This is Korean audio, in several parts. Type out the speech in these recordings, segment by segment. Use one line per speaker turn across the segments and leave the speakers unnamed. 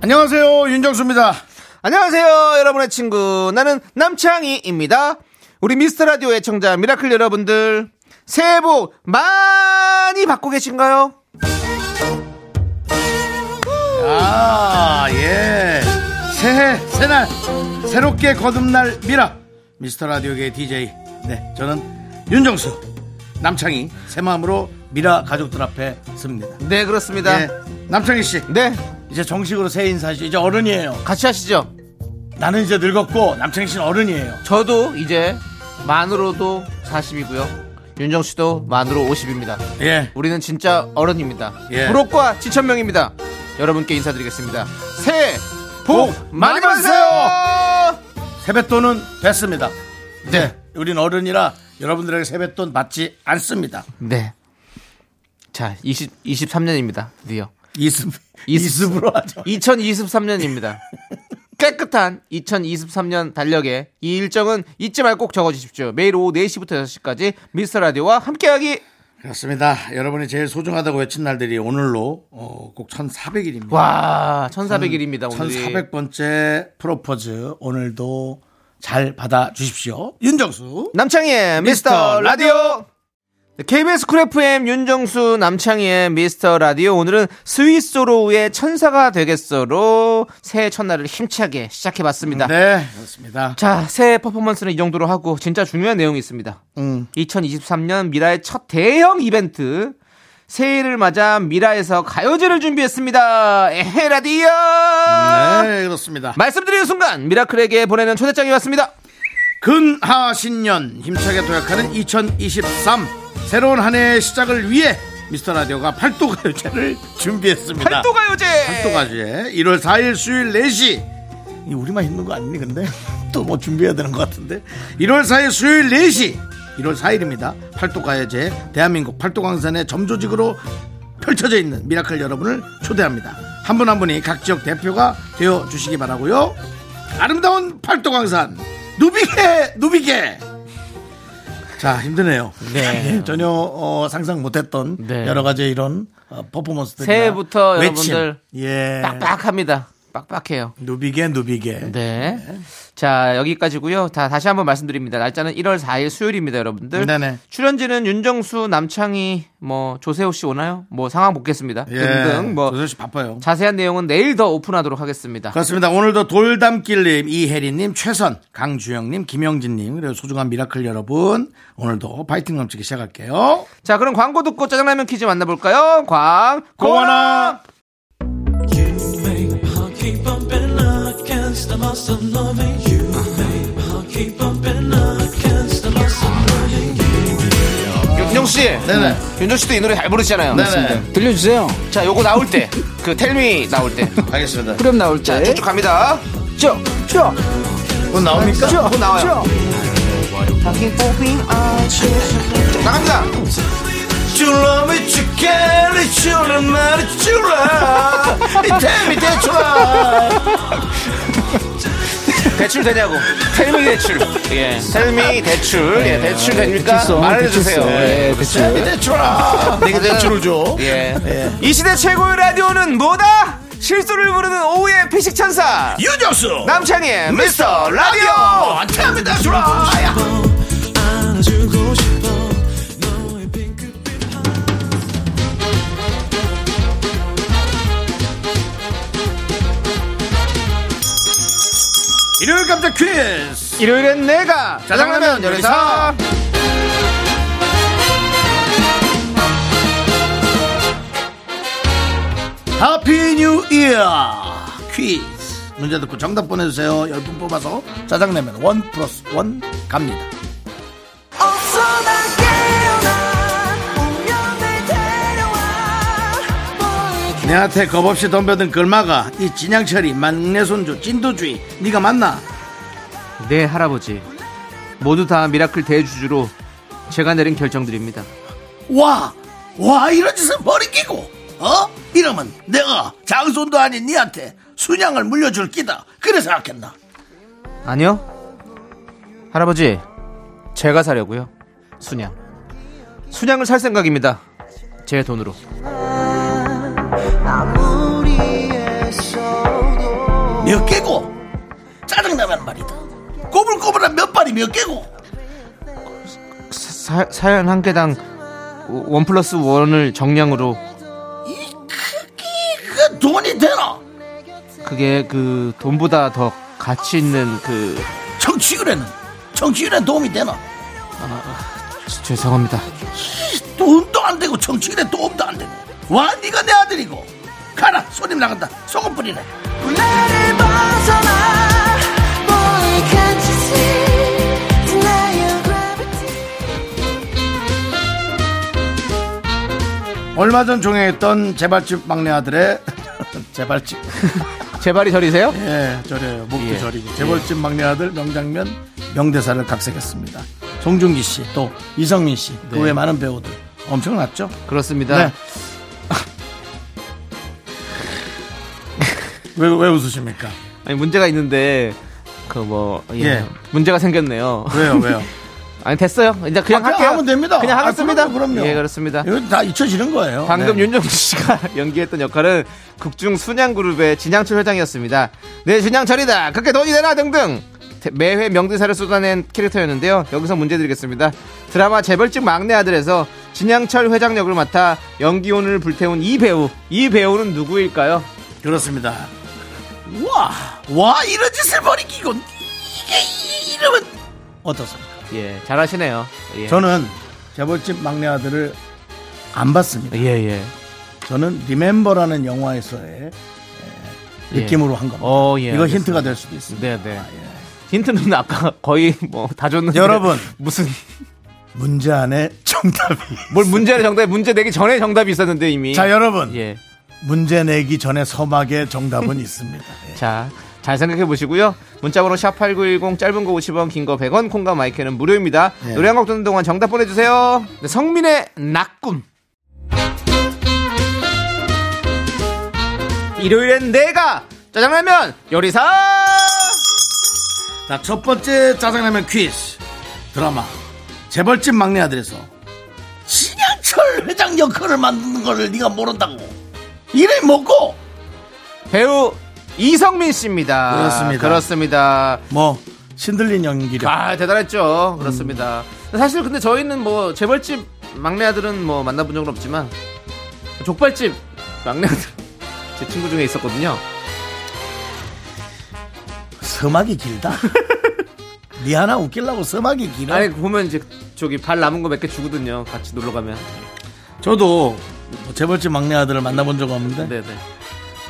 안녕하세요 윤정수입니다.
안녕하세요, 여러분의 친구. 나는 남창희입니다. 우리 미스터 라디오 애청자 미라클 여러분들, 새해 복 많이 받고 계신가요?
아 예. 새해 새날 새롭게 거듭날 미라 미스터 라디오계 DJ 네 저는 윤정수 남창희 새 마음으로 미라 가족들 앞에 섭니다.
네, 그렇습니다.
예, 남창희 씨
네,
이제 정식으로 새해 인사하시 이제 어른이에요.
같이 하시죠.
나는 이제 늙었고 남창희 씨는 어른이에요.
저도 이제 만으로도 40이고요. 윤정 씨도 만으로 50입니다.
예.
우리는 진짜 어른입니다.
예.
부록과 지천명입니다. 여러분께 인사드리겠습니다. 새해 복,
복 많이
많이 받으세요!
세뱃돈은 됐습니다.
네.
우린 어른이라 여러분들에게 세뱃돈 받지 않습니다.
네. 자, 20, 23년입니다. 드디어.
이습
이습.
이습으로 하죠.
2023년입니다. 깨끗한 2023년 달력에 이 일정은 잊지 말고 꼭 적어주십시오. 매일 오후 4시부터 6시까지 미스터 라디오와 함께하기.
그렇습니다. 여러분이 제일 소중하다고 외친 날들이 오늘로 어, 꼭 1400일입니다.
와, 1400일입니다. 오늘이.
1400번째 프로포즈 오늘도 잘 받아 주십시오. 윤정수.
남창희의 미스터 라디오. 네, KBS 쿨 FM 윤정수 남창희의 미스터 라디오 오늘은 스위스로우의 천사가 되겠어로 새해 첫날을 힘차게 시작해봤습니다.
네, 그렇습니다.
자, 새해 퍼포먼스는 이 정도로 하고 진짜 중요한 내용이 있습니다.
음.
2023년 미라의 첫 대형 이벤트 새해를 맞아 미라에서 가요제를 준비했습니다. 에헤 라디오.
네, 그렇습니다.
말씀드리는 순간 미라클에게 보내는 초대장이 왔습니다.
근하 신년 힘차게 도약하는 2023 새로운 한 해의 시작을 위해 미스터 라디오가 팔도 가요제를 준비했습니다.
팔도 가요제.
팔도 가요제 1월 4일 수요일 4시 이 우리만 힘든 거 아니니 근데 또 뭐 준비해야 되는 것 같은데 1월 4일 수요일 4시 1월 4일입니다. 팔도 가요제 대한민국 팔도 강산의 점조직으로 펼쳐져 있는 미라클 여러분을 초대합니다. 한 분 한 분이 각 지역 대표가 되어 주시기 바라고요. 아름다운 팔도 강산 누비게 누비게 자 힘드네요.
네.
전혀 어, 상상 못했던
네.
여러 가지 이런 어, 퍼포먼스들
새해부터
외침.
여러분들
예
빡빡합니다. 빡빡해요.
누비게 누비게
네. 자, 여기까지고요. 다 다시 한번 말씀드립니다. 날짜는 1월 4일 수요일입니다, 여러분들.
네네.
출연진은 윤정수, 남창희, 뭐 조세호 씨 오나요? 뭐 상황 보겠습니다.
예.
등등 뭐
조세호 씨 바빠요.
자세한 내용은 내일 더 오픈하도록 하겠습니다.
그렇습니다. 오늘도 돌담길님, 이혜리님, 최선, 강주영님, 김영진님 그리고 소중한 미라클 여러분 오늘도 파이팅 넘치게 시작할게요.
자, 그럼 광고 듣고 짜장라면 퀴즈 만나볼까요? 광,
고원아!
고원아!
You make I'll keep bumping against the muscle loving you. Make I'll keep bumping against the muscle loving you.
윤정씨!
네네.
윤정씨도 이 노래 잘 부르시잖아요.
네네.
들려주세요.
자, 요거 나올 때, 그 텔미 나올 때.
알겠습니다.
그럼 나올 때.
쭉쭉 갑니다.
쭉, 쭉,
곧 나옵니까?
쭉,
곧 나와요. 나갑니다!
You love me, you care, it's your love, it's your love. It's tell me that you love.
대출 되냐고. 텔미 대출. 예. 텔미 대출. 예, 대출 됩니까?
대출성,
말해주세요.
대출성.
예. 네,
예, 대출.
Tell me that you love. 내게 대출을 줘.
예. 이 시대 최고의 라디오는 뭐다? 실수를 부르는 오후의 피식천사.
유정수.
남창희의 음, 미스터 라디오!
어, tell me that you love.
안아주고 싶어 너의 핑크빛
일요일 깜짝 퀴즈.
일요일엔 내가 짜장라면 요리사
해피 뉴 이어 퀴즈. 문제 듣고 정답 보내주세요. 10분 뽑아서 짜장라면 원 플러스 원 갑니다.
어서 날 uh, 깨어나 운명을 데려와 너에게
내한테 겁없이 덤벼든 글마가 이 진양철이 막내 손주 찐도주의 네가 맞나?
네 할아버지 모두 다 미라클 대주주로 제가 내린 결정들입니다
와! 와 이런 짓은 버리기고 어? 이러면 내가 장손도 아닌 니한테 순양을 물려줄 끼다 그래 생각했나?
아니요 할아버지 제가 사려고요 순양 순양을 살 생각입니다 제 돈으로
몇 개고 짜증나면 말이다 꼬불꼬불한 몇 발이 몇 개고
사, 사연 한 개당 원 플러스 원을 정량으로
이 크기가 돈이 되나?
그게 그 돈보다 더 가치 있는 그
정치율에는 정치율에 도움이 되나?
지- 죄송합니다
돈도 안 되고 정치인의 도움도 안 되고 와 네가 내 아들이고 가라 손님 나간다 속은 뿌리네
나를 벗어나 uh, Boy can't you see Deny your gravity
얼마 전 종영했던 재발집 막내 아들의 재발집
제 발이 저리세요?
예 저래요 목도
예.
저리고 재벌집 막내 아들 명장면 명대사를 각색했습니다 송중기 씨 또 이성민 씨 그
네.
외 많은 배우들 엄청났죠
그렇습니다
네 왜, 왜 웃으십니까?
아니 문제가 있는데 그 뭐 예.
예.
문제가 생겼네요.
왜요, 왜요?
아니 됐어요. 이제 그냥
아, 그냥
할게요.
하면 됩니다.
그냥
아,
하겠습니다.
그럼요, 그럼요.
예, 그렇습니다.
이거 다 잊혀지는 거예요.
방금
네.
윤정수 씨가 연기했던 역할은 극중 순양그룹의 진양철 회장이었습니다. 내 진양철이다. 그렇게 돈이 되나 등등. 대- 매회 명대사를 쏟아낸 캐릭터였는데요. 여기서 문제 드리겠습니다. 드라마 재벌집 막내 아들에서 진양철 회장 역을 맡아 연기혼을 불태운 이 배우. 이 배우는 누구일까요?
그렇습니다. 와, 와 이런 짓을 벌이기고 이게 이- 이러면 어떻습니까?
예, 잘하시네요. 예.
저는 재벌집 막내 아들을 안 봤습니다.
예, 예.
저는 리멤버라는 영화에서의 예,
예.
느낌으로 한 겁니다.
어, 예,
이거
알겠습니다.
힌트가 될 수도 있습니다.
네, 네. 힌트는 아까 거의 뭐 다 줬는데.
여러분.
무슨
문제 안에 정답이.
뭘 문제를 정답 문제 내기 전에 정답이 있었는데 이미.
자 여러분
예.
문제 내기 전에 서막에 정답은 있습니다. 예.
자, 잘 생각해 보시고요. 문자번호 샵8910 짧은 거 50원, 긴 거 100원, 콩과 마이크는 무료입니다.
예.
노래 한 곡 듣는 동안 정답 보내 주세요. 네, 성민의 낙꿈. 일요일엔 내가 짜장라면 요리사
자, 첫 번째 짜장라면 퀴즈 드라마 재벌집 막내 아들에서 신양철 회장 역할을 만드는 거를 네가 모른다고 이래 먹고
배우 이성민 씨입니다.
그렇습니다.
그렇습니다.
뭐 신들린 연기력
아 대단했죠. 그렇습니다. 사실 근데 저희는 뭐 재벌집 막내 아들은 뭐 만나본 적은 없지만 족발집 막내 아들 제 친구 중에 있었거든요.
서막이 길다 니 하나 웃기려고 서막이 길어
아니 보면 이제 저기 발 남은 거 몇 개 주거든요. 같이 놀러 가면.
저도 뭐 재벌집 막내 아들을 만나본 적 없는데
네네.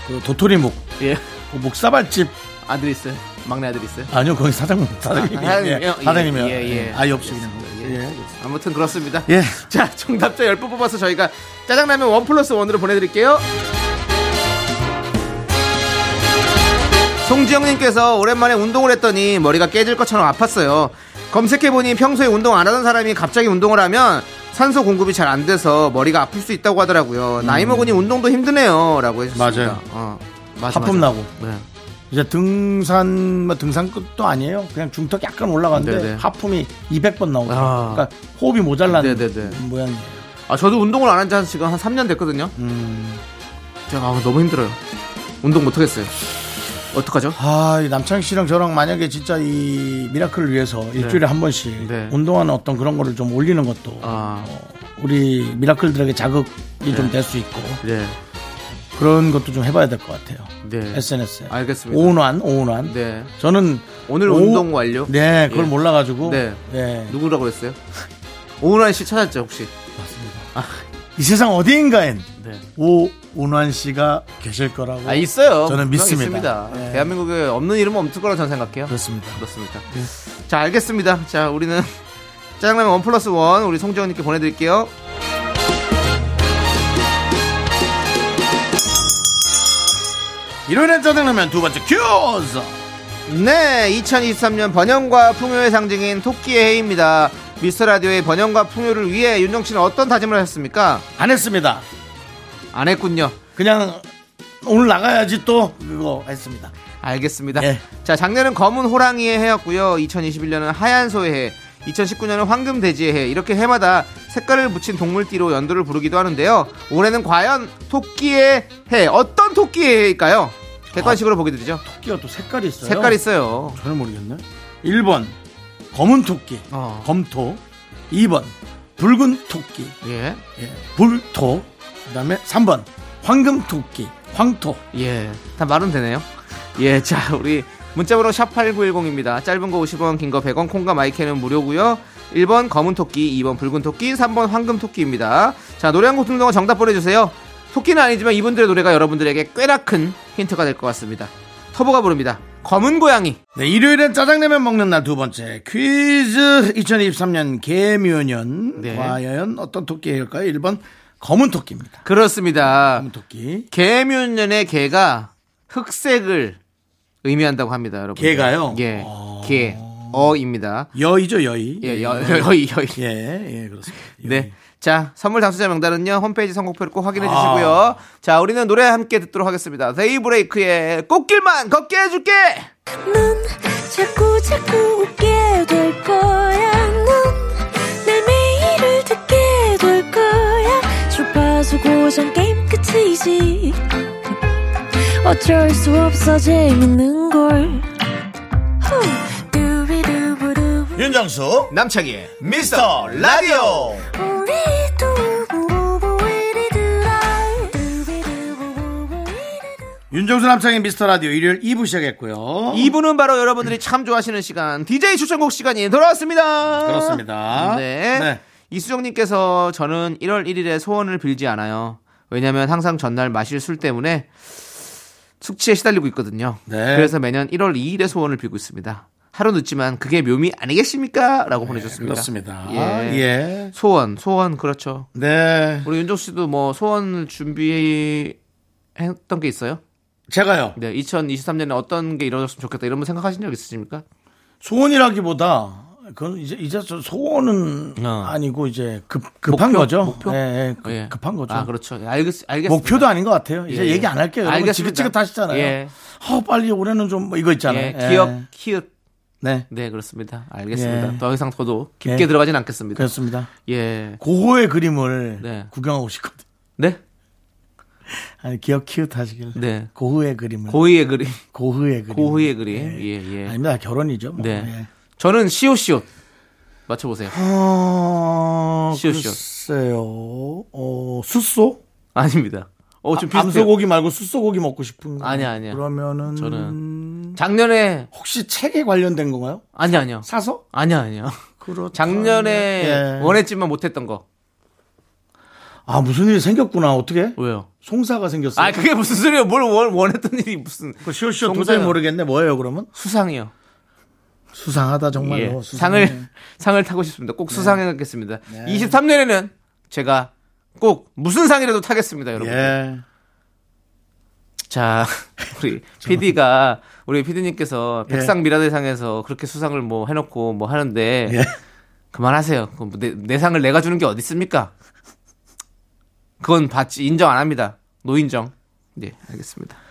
그 도토리묵
예.
그 목사발집
아들 있어요. 막내 아들 있어요.
아니요 거기 사장님 사장님이
아, 사장님이요?
예, 사장님이요
예, 예, 예.
아예 없이 그냥 예.
아무튼 그렇습니다.
예.
자 정답자 10분 뽑아서 저희가 짜장라면 원 플러스 원으로 보내드릴게요. 송지영님께서 오랜만에 운동을 했더니 머리가 깨질 것처럼 아팠어요. 검색해보니 평소에 운동 안 하던 사람이 갑자기 운동을 하면 산소 공급이 잘 안 돼서 머리가 아플 수 있다고 하더라고요. 나이 먹으니 운동도 힘드네요. 라고 해주셨습니다.
음. 맞아요.
어, 맞아,
하품
맞아.
나고
네.
이제 등산 뭐 등산끝도 아니에요. 그냥 중턱 약간 올라갔는데
네네.
하품이 200번 나오죠.
아.
그러니까 호흡이 모자란
네네네.
모양이에요.
아, 저도 운동을 안 한 지 한 지금 한 3년 됐거든요.
음.
제가 아, 너무 힘들어요. 운동 못하겠어요. 어떡하죠?
아, 이 남창희 씨랑 저랑 만약에 진짜 이 미라클을 위해서 일주일에 한 번씩
네.
운동하는 어떤 그런 거를 좀 올리는 것도
아,
어, 우리 미라클들에게 자극이 좀 될 수 있고
네.
그런 것도 좀 해봐야 될 것 같아요.
네.
SNS에.
알겠습니다.
오운환, 오운환.
네.
저는
오늘
오후-
운동 완료.
네, 그걸
예.
몰라가지고
네.
네.
누구라고 그랬어요? 오은환 씨 찾았죠 혹시?
이 세상 어디인가엔
네.
오운환 씨가 계실 거라고.
아 있어요.
저는 믿습니다.
있습니다.
네.
대한민국에 없는 이름은 없을 거라고 저는 생각해요.
그렇습니다. 네.
그렇습니다. 자 알겠습니다. 자 우리는 짜장라면 원 플러스 원 우리 송재원님께 보내드릴게요.
일요일엔 짜증나면 두 번째 큐즈
네, 2023년 번영과 풍요의 상징인 토끼의 해입니다. 미스터 라디오의 번영과 풍요를 위해 윤정 씨는 어떤 다짐을 하셨습니까?
안 했습니다
안 했군요.
그냥 오늘 나가야지 또 그거 했습니다
알겠습니다.
예.
자, 작년은 검은 호랑이의 해였고요. 2021년은 하얀 소의 해, 2019년은 황금 돼지의 해. 이렇게 해마다 색깔을 붙인 동물띠로 연도를 부르기도 하는데요. 올해는 과연 토끼의 해, 어떤 토끼의 해일까요? 객관식으로 보게 되죠.
토끼가 아, 또 색깔이 있어요
색깔 있어요.
전혀 모르겠네 1번 검은 토끼
어.
검토 2번 붉은 토끼
예.
예, 불토 그다음에 3번 황금 토끼 황토
예. 다 말은 되네요. 예. 자, 우리 문자번호 샵8910입니다. 짧은 거 50원, 긴 거 100원, 콩과 마이크는 무료고요 1번 검은 토끼, 2번 붉은 토끼, 3번 황금 토끼입니다. 자, 노래 한 곡 듣는 동안 정답 보내주세요. 토끼는 아니지만 이분들의 노래가 여러분들에게 꽤나 큰 힌트가 될 것 같습니다. 터보가 부릅니다. 검은 고양이.
네, 일요일엔 짜장라면 먹는 날 두 번째 퀴즈 2023년 개묘년
네.
과연 어떤 토끼일까요? 1번 검은 토끼입니다.
그렇습니다.
검은 토끼.
개묘년의 개가 흑색을 의미한다고 합니다, 여러분.
개가요?
예.
어.
개. 어입니다.
여의죠, 여의.
예, 여, 여의, 여의.
예, 예, 그렇습니다. 여의.
네. 자, 선물 당첨자 명단은요, 홈페이지 선곡표를 꼭
아.
확인해 주시고요. 자, 우리는 노래 함께 듣도록 하겠습니다. 데이브레이크의 꽃길만 걷게 해줄게!
넌 자꾸 자꾸 웃게 될 거야. 넌내 매일을 듣게 될 거야. 주파수 고정 게임 끝이지. 어쩔 수 없어 재밌는 걸. 후. 두비두부두.
윤정수
남창희의
미스터 라디오.
우리 두부부부 우리들아. 두비두부부부 우리들아.
윤정수 남창의 미스터 라디오 일요일 2부 시작했고요.
이분은 바로 여러분들이 참 좋아하시는 시간, DJ 추천곡 시간이 돌아왔습니다!
그렇습니다.
네.
네.
이수정님께서 저는 1월 1일에 소원을 빌지 않아요. 왜냐면 항상 전날 마실 술 때문에 숙취에 시달리고 있거든요.
네.
그래서 매년 1월 2일에 소원을 빌고 있습니다. 하루 늦지만 그게 묘미 아니겠습니까? 라고 보내셨습니다.
네, 그렇습니다.
예.
예.
소원, 소원 그렇죠.
네.
우리 윤종 씨도 뭐 소원 준비했던 게 있어요?
제가요.
네, 2023년에 어떤 게 이루어졌으면 좋겠다 이런 분 생각하신 적 있으십니까?
소원이라기보다 그건 이제 이제 저 소원은
어.
아니고 이제 급 급한
목표?
거죠.
목표?
예, 예, 급-
예.
급한 거죠.
아, 그렇죠. 알겠, 알겠습니다.
목표도 아닌 것 같아요. 이제
예.
얘기 안 할게요. 여러분
알겠습니다.
지긋지긋하시잖아요.
예.
아, 빨리 올해는 좀뭐 이거 있잖아요.
예, 기억,
예.
키읔.
네,
네, 그렇습니다. 알겠습니다.
예.
더 이상 저도 깊게
예.
들어가진 않겠습니다.
그렇습니다.
예.
고호의 그림을
네.
구경하고 싶거든.
네?
아니 기억 키웃하시길.
네.
고흐의 그림을.
고의의 그림.
고, 흐의 그림.
고의의 그림. 예, 예.
예. 아닙니다. 결혼이죠. 뭐.
네.
예.
저는 시옷시옷. 맞춰보세요.
어,
시옷, 시옷.
글쎄요. 어, 숫소?
아닙니다. 어, 좀 비슷해요.
암소고기 말고 숫소고기 먹고 싶은 거.
아니야, 아니야.
그러면은
저는- 작년에,
혹시 책에 관련된 건가요?
아니야, 아니야.
사서?
아니야, 아니야.
그렇죠.
작년에
예.
원했지만 못했던 거.
아 무슨 일이 생겼구나. 어떻게?
왜요?
송사가 생겼어요.
아, 그게 무슨 소리예요? 뭘 원- 원했던 일이 무슨.
그 시오시오
송사요.
도저히 모르겠네. 뭐예요 그러면?
수상이요.
수상하다
예.
정말로. 수상해. 네.
상을 상을 타고 싶습니다. 꼭 수상해겠습니다 23년에는 제가 꼭 무슨 상이라도 타겠습니다, 여러분.
예.
자, 우리 PD가 우리 PD님께서
예.
백상 미라대상에서 그렇게 수상을 뭐 해놓고 뭐 하는데
예.
그만하세요. 그내 내상을 내가 주는 게 어디 있습니까? 그건 받지 인정 안 합니다. 노인정. 네, 알겠습니다.
그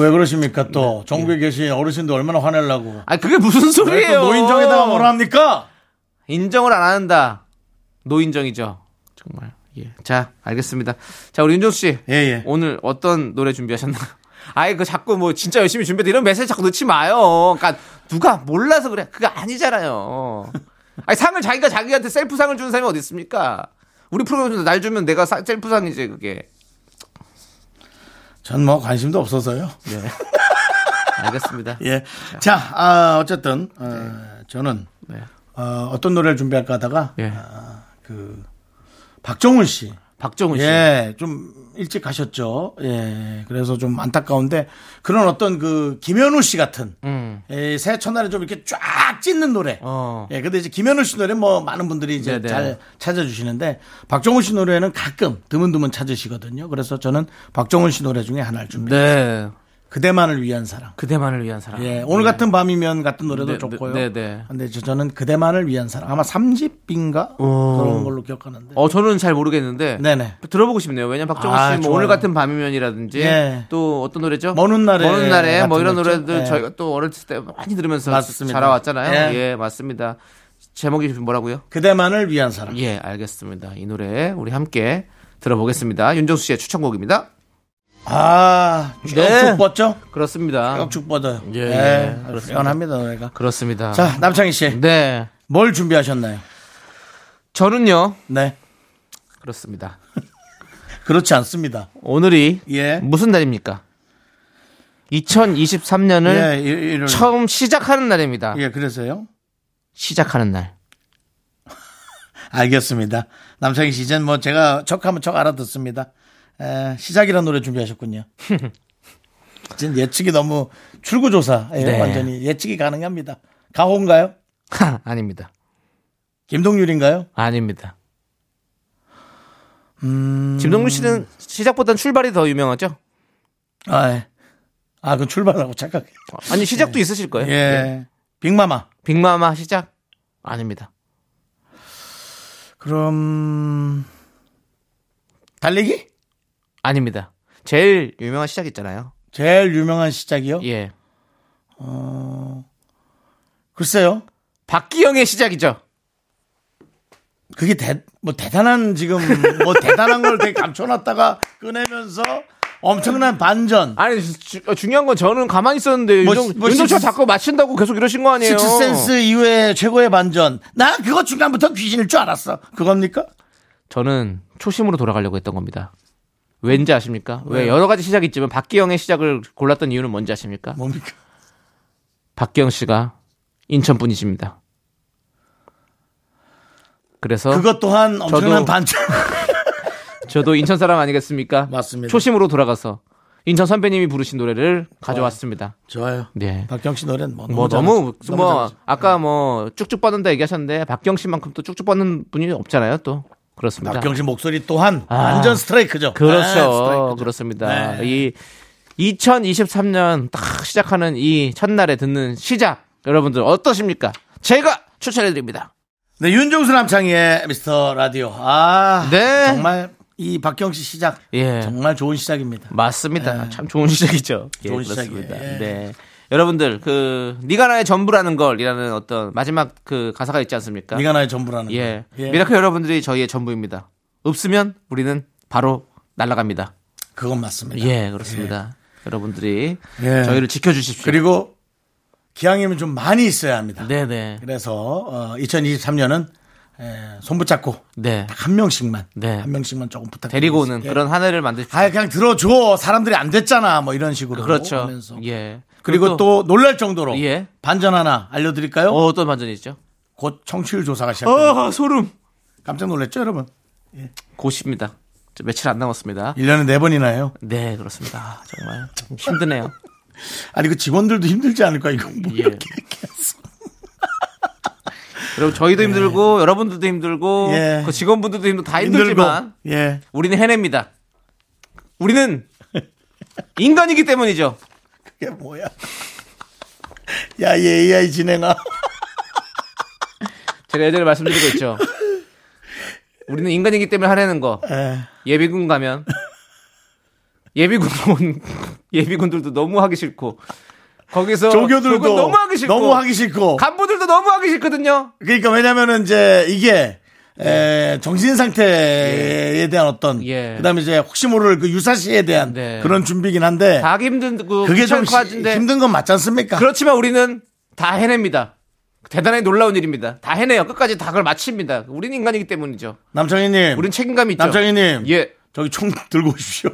왜 그러십니까 또 전국에 계신 어르신들 얼마나 화내려고.
아 네. 예. 그게 무슨
왜또
소리예요?
노인정에다가 뭐라 합니까?
인정을 안 한다. 노인정이죠. 정말. 예. 자, 알겠습니다. 자, 우리 윤종 씨.
예, 예.
오늘 어떤 노래 준비하셨나요? 아예 그 자꾸 뭐 진짜 열심히 준비했다 이런 메시지 자꾸 넣지 마요. 그러니까 누가 몰라서 그래. 그게 아니잖아요. 아니 상을 자기가 자기한테 셀프 상을 주는 사람이 어디 있습니까? 우리 프로그램에서 날 주면 내가 사- 셀프 상이지 그게.
전 뭐 관심도 없어서요.
네. 알겠습니다.
예. 자, 아, 어쨌든 어, 저는
네.
어, 어떤 노래를 준비할까 하다가
예.
그 박정훈 씨.
박정훈 씨.
예, 좀 일찍 가셨죠. 예, 그래서 좀 안타까운데 그런 어떤 그 김현우 씨 같은
음.
예, 새해 첫날에 좀 이렇게 쫙 찢는 노래.
어.
예, 근데 이제 김현우 씨 노래 뭐 많은 분들이 이제
네네.
잘 찾아주시는데 박정훈 씨 노래는 가끔 드문드문 찾으시거든요. 그래서 저는 박정훈 씨 노래 중에 하나를 준비.
네.
그대만을 위한 사랑.
그대만을 위한 사랑.
예, 오늘
네.
같은 밤이면 같은 노래도
네,
좋고요.
네, 네.
근데 저, 저는 그대만을 위한 사랑. 아마 삼집인가
오.
그런 걸로 기억하는데.
어 저는 잘 모르겠는데
네네.
들어보고 싶네요. 왜냐면 박정호
아,
씨는 뭐
좋아요.
오늘 같은 밤이면이라든지
예.
또 어떤 노래죠?
먼 훗날에
먼 훗날에 뭐
같은
이런
거 있죠?
노래들
예.
저희가 또 어렸을 때 많이 들으면서
맞습니다. 예.
자라왔잖아요. 예. 맞습니다. 제목이 뭐라고요?
그대만을 위한 사랑.
예, 알겠습니다. 이 노래 우리 함께 들어보겠습니다. 윤정수 씨의 추천곡입니다.
아, 쭉쭉
네.
뻗죠?
그렇습니다.
쭉쭉 뻗어요.
예,
예.
예,
예
그렇습니다.
시원합니다, 노래가.
그렇습니다.
자, 남창희 씨.
네.
뭘 준비하셨나요?
저는요.
네.
그렇습니다.
그렇지 않습니다.
오늘이
예.
무슨 날입니까? 2023년을
예, 이- 이를-
네. 처음 시작하는 날입니다.
예, 그래서요?
시작하는 날.
알겠습니다. 남창희 씨, 이젠 뭐 제가 척하면 척 알아듣습니다. 에, 시작이라는 노래 준비하셨군요. 지금 예측이 너무 출구조사예요.
네.
완전히 예측이 가능합니다. 가호인가요?
아닙니다.
김동률인가요?
아닙니다.
음.
김동률 씨는 시작보단 출발이 더 유명하죠?
아, 예. 아, 그 출발하고 착각해.
아니 시작도 있으실 거예요.
예. 빅마마.
빅마마 시작 아닙니다.
그럼 달리기?
아닙니다. 제일 유명한 시작 있잖아요.
제일 유명한 시작이요?
예.
글쎄요.
박기영의 시작이죠.
그게 대, 뭐 대단한 지금 뭐 대단한 걸 되게 감춰놨다가 꺼내면서 엄청난 반전.
아니 주- 어, 중요한 건 저는 가만히 있었는데
뭐,
윤정
뭐,
윤정철
식스-
자꾸 맞춘다고 계속 이러신 거 아니에요?
식스센스 이후에 최고의 반전. 나 그거 중간부터 귀신일 줄 알았어. 그겁니까?
저는 초심으로 돌아가려고 했던 겁니다. 왠지 아십니까?
네.
왜 여러 가지 시작이 있지만 박기영의 시작을 골랐던 이유는 뭔지 아십니까?
뭡니까?
박기영 씨가 인천 분이십니다. 그래서
그것 또한 엄청난
저도-
반전.
저도 인천 사람 아니겠습니까?
맞습니다.
초심으로 돌아가서 인천 선배님이 부르신 노래를 가져왔습니다.
좋아요.
네.
박경 씨 노래는 뭐 너무
뭐
잘하-
너무 뭐
잘하죠.
아까 뭐 쭉쭉 뻗는다 얘기하셨는데 박경 씨만큼 또 쭉쭉 뻗는 분이 없잖아요. 또 그렇습니다.
박경 씨 목소리 또한
아.
완전 스트라이크죠. 아,
그렇죠.
스트라이크죠.
그렇습니다.
네.
이 2023년 딱 시작하는 이 첫날에 듣는 시작 여러분들 어떠십니까? 제가 추천해 드립니다.
네, 윤종수 남창희의 미스터 라디오. 아,
네.
정말 이 박경 씨 시작
예.
정말 좋은 시작입니다.
맞습니다. 참 좋은 시작이죠.
아. 좋은
그렇습니다.
시작이에요. 예.
네. 여러분들 그 네가 나의 전부라는 걸이라는 어떤 마지막 그 가사가 있지 않습니까?
네가 나의 전부라는
예.
거. 예.
미라클 여러분들이 저희의 전부입니다. 없으면 우리는 바로 날아갑니다.
그건 맞습니다.
예, 그렇습니다. 여러분들이
예.
저희를 지켜 주십시오.
그리고 기왕이면 좀 많이 있어야 합니다.
네, 네.
그래서 어, 2023년은 손붙잡고
네.
딱 한 명씩만
네.
한 명씩만 조금 부탁.
데리고 오는 그런 한 해를 만드십시오.
아 그냥 들어줘 사람들이 안 됐잖아 뭐 이런 식으로
그렇죠.
하면서.
예.
그리고 또, 놀랄 정도로
예.
반전 하나 알려드릴까요?
어, 어떤 반전이 있죠?
곧 청취율 조사가 시작. 됩니다
아, 소름.
깜짝 놀랐죠 여러분?
고십니다. 저 며칠 안 남았습니다.
1년에 4 번이나 해요.
네, 그렇습니다. 아, 정말 힘드네요.
아니 그 직원들도 힘들지 않을까 이거 뭐
예.
이렇게 계속.
여러분 저희도 힘들고 여러분들도 힘들고
네. 예.
그 직원분들도 힘들고 다 힘들지만
힘들고. 예
우리는 해냅니다. 우리는 인간이기 때문이죠.
그게 뭐야? 야이 AI 진행아.
제가 예전에 말씀드리고 있죠. 우리는 인간이기 때문에 하려는 거
예.
예비군 가면 예비군 온 예비군들도 너무 하기 싫고 거기서
조교들도
조교 너무 하기 싫고
너무 하기 싫고.
간부들도 너무 하기 싫거든요.
그러니까 왜냐면은 이제 이게 에, 정신 상태에 대한 어떤
네. 예.
그다음에 이제 혹시 모를 그 유사시에 대한
네.
그런 준비긴 한데
다 하기 힘든고
그게 좀
귀찮고 하던데
시- 힘든 건 맞지 않습니까?
그렇지만 우리는 다 해냅니다. 대단히 놀라운 일입니다. 다 해내요. 끝까지 다 그걸 마칩니다. 우린 인간이기 때문이죠.
남창희님,
우린 책임감이 있죠.
남창희님,
예.
저기 총 들고 오십시오.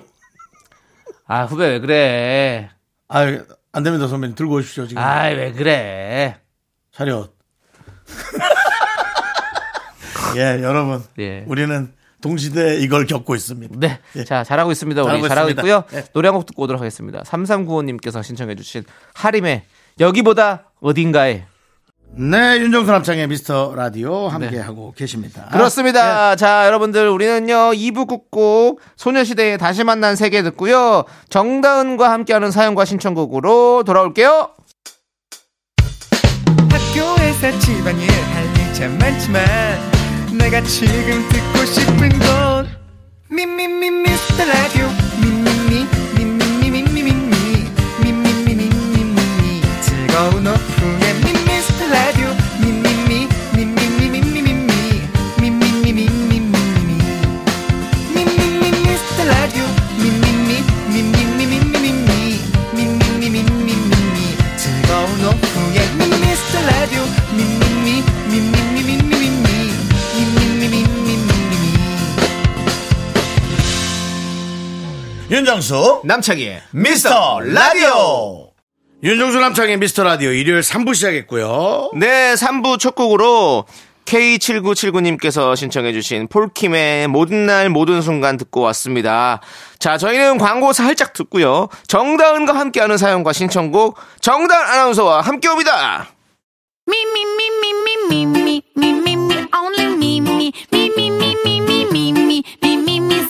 아 후배 왜 그래?
아 안 됩니다 선배님 들고 오십시오 지금
아 왜 그래?
차렷. 예 여러분,
예.
우리는 동시대 에 이걸 겪고 있습니다.
네. 자, 잘하고 있습니다. 우리
예. 잘하고
잘하고,
있습니다. 예.
있고요. 노래 한 곡 듣고 오도록 하겠습니다. 3395님께서 신청해주신 하림의 여기보다 어딘가에
네, 윤정수 남창의 미스터 라디오 함께하고 계십니다.
네. 그렇습니다.
예.
자, 여러분들 우리는요. 2부 끝곡 소녀시대의 다시 만난 세계 듣고요. 정다은과 함께하는 사연과 신청곡으로 돌아올게요.
학교에서 집안일 할 일 참 많지만 내가 지금 듣고 싶은 건 미미미 미스터 라디오 미미미 미미미 미미미 미미미 미미미 즐거운 오후에 미스터 라디오 미미미 미미미 미미미 미미미 미미미 미미미 미스터 라디오 미미미 미미미 미미미 미미미 미미미 즐거운 오후에 미스터 라디오 미미미 미미미 미미미 미미미 미미미
윤정수
남창희의
미스터 라디오. 윤정수 남창의 미스터 라디오 일요일 3부 시작했고요.
네, 3부 첫 곡으로 K7979님께서 신청해주신 폴킴의 모든 날 모든 순간 듣고 왔습니다. 자, 저희는 광고 살짝 듣고요. 정다은과 함께하는 사연과 신청곡 정다은 아나운서와 함께 옵니다.
Me, me, me, me, me, me, me, me, me, me, only me, me, me, me, me, me, me, me, me, me, me, me,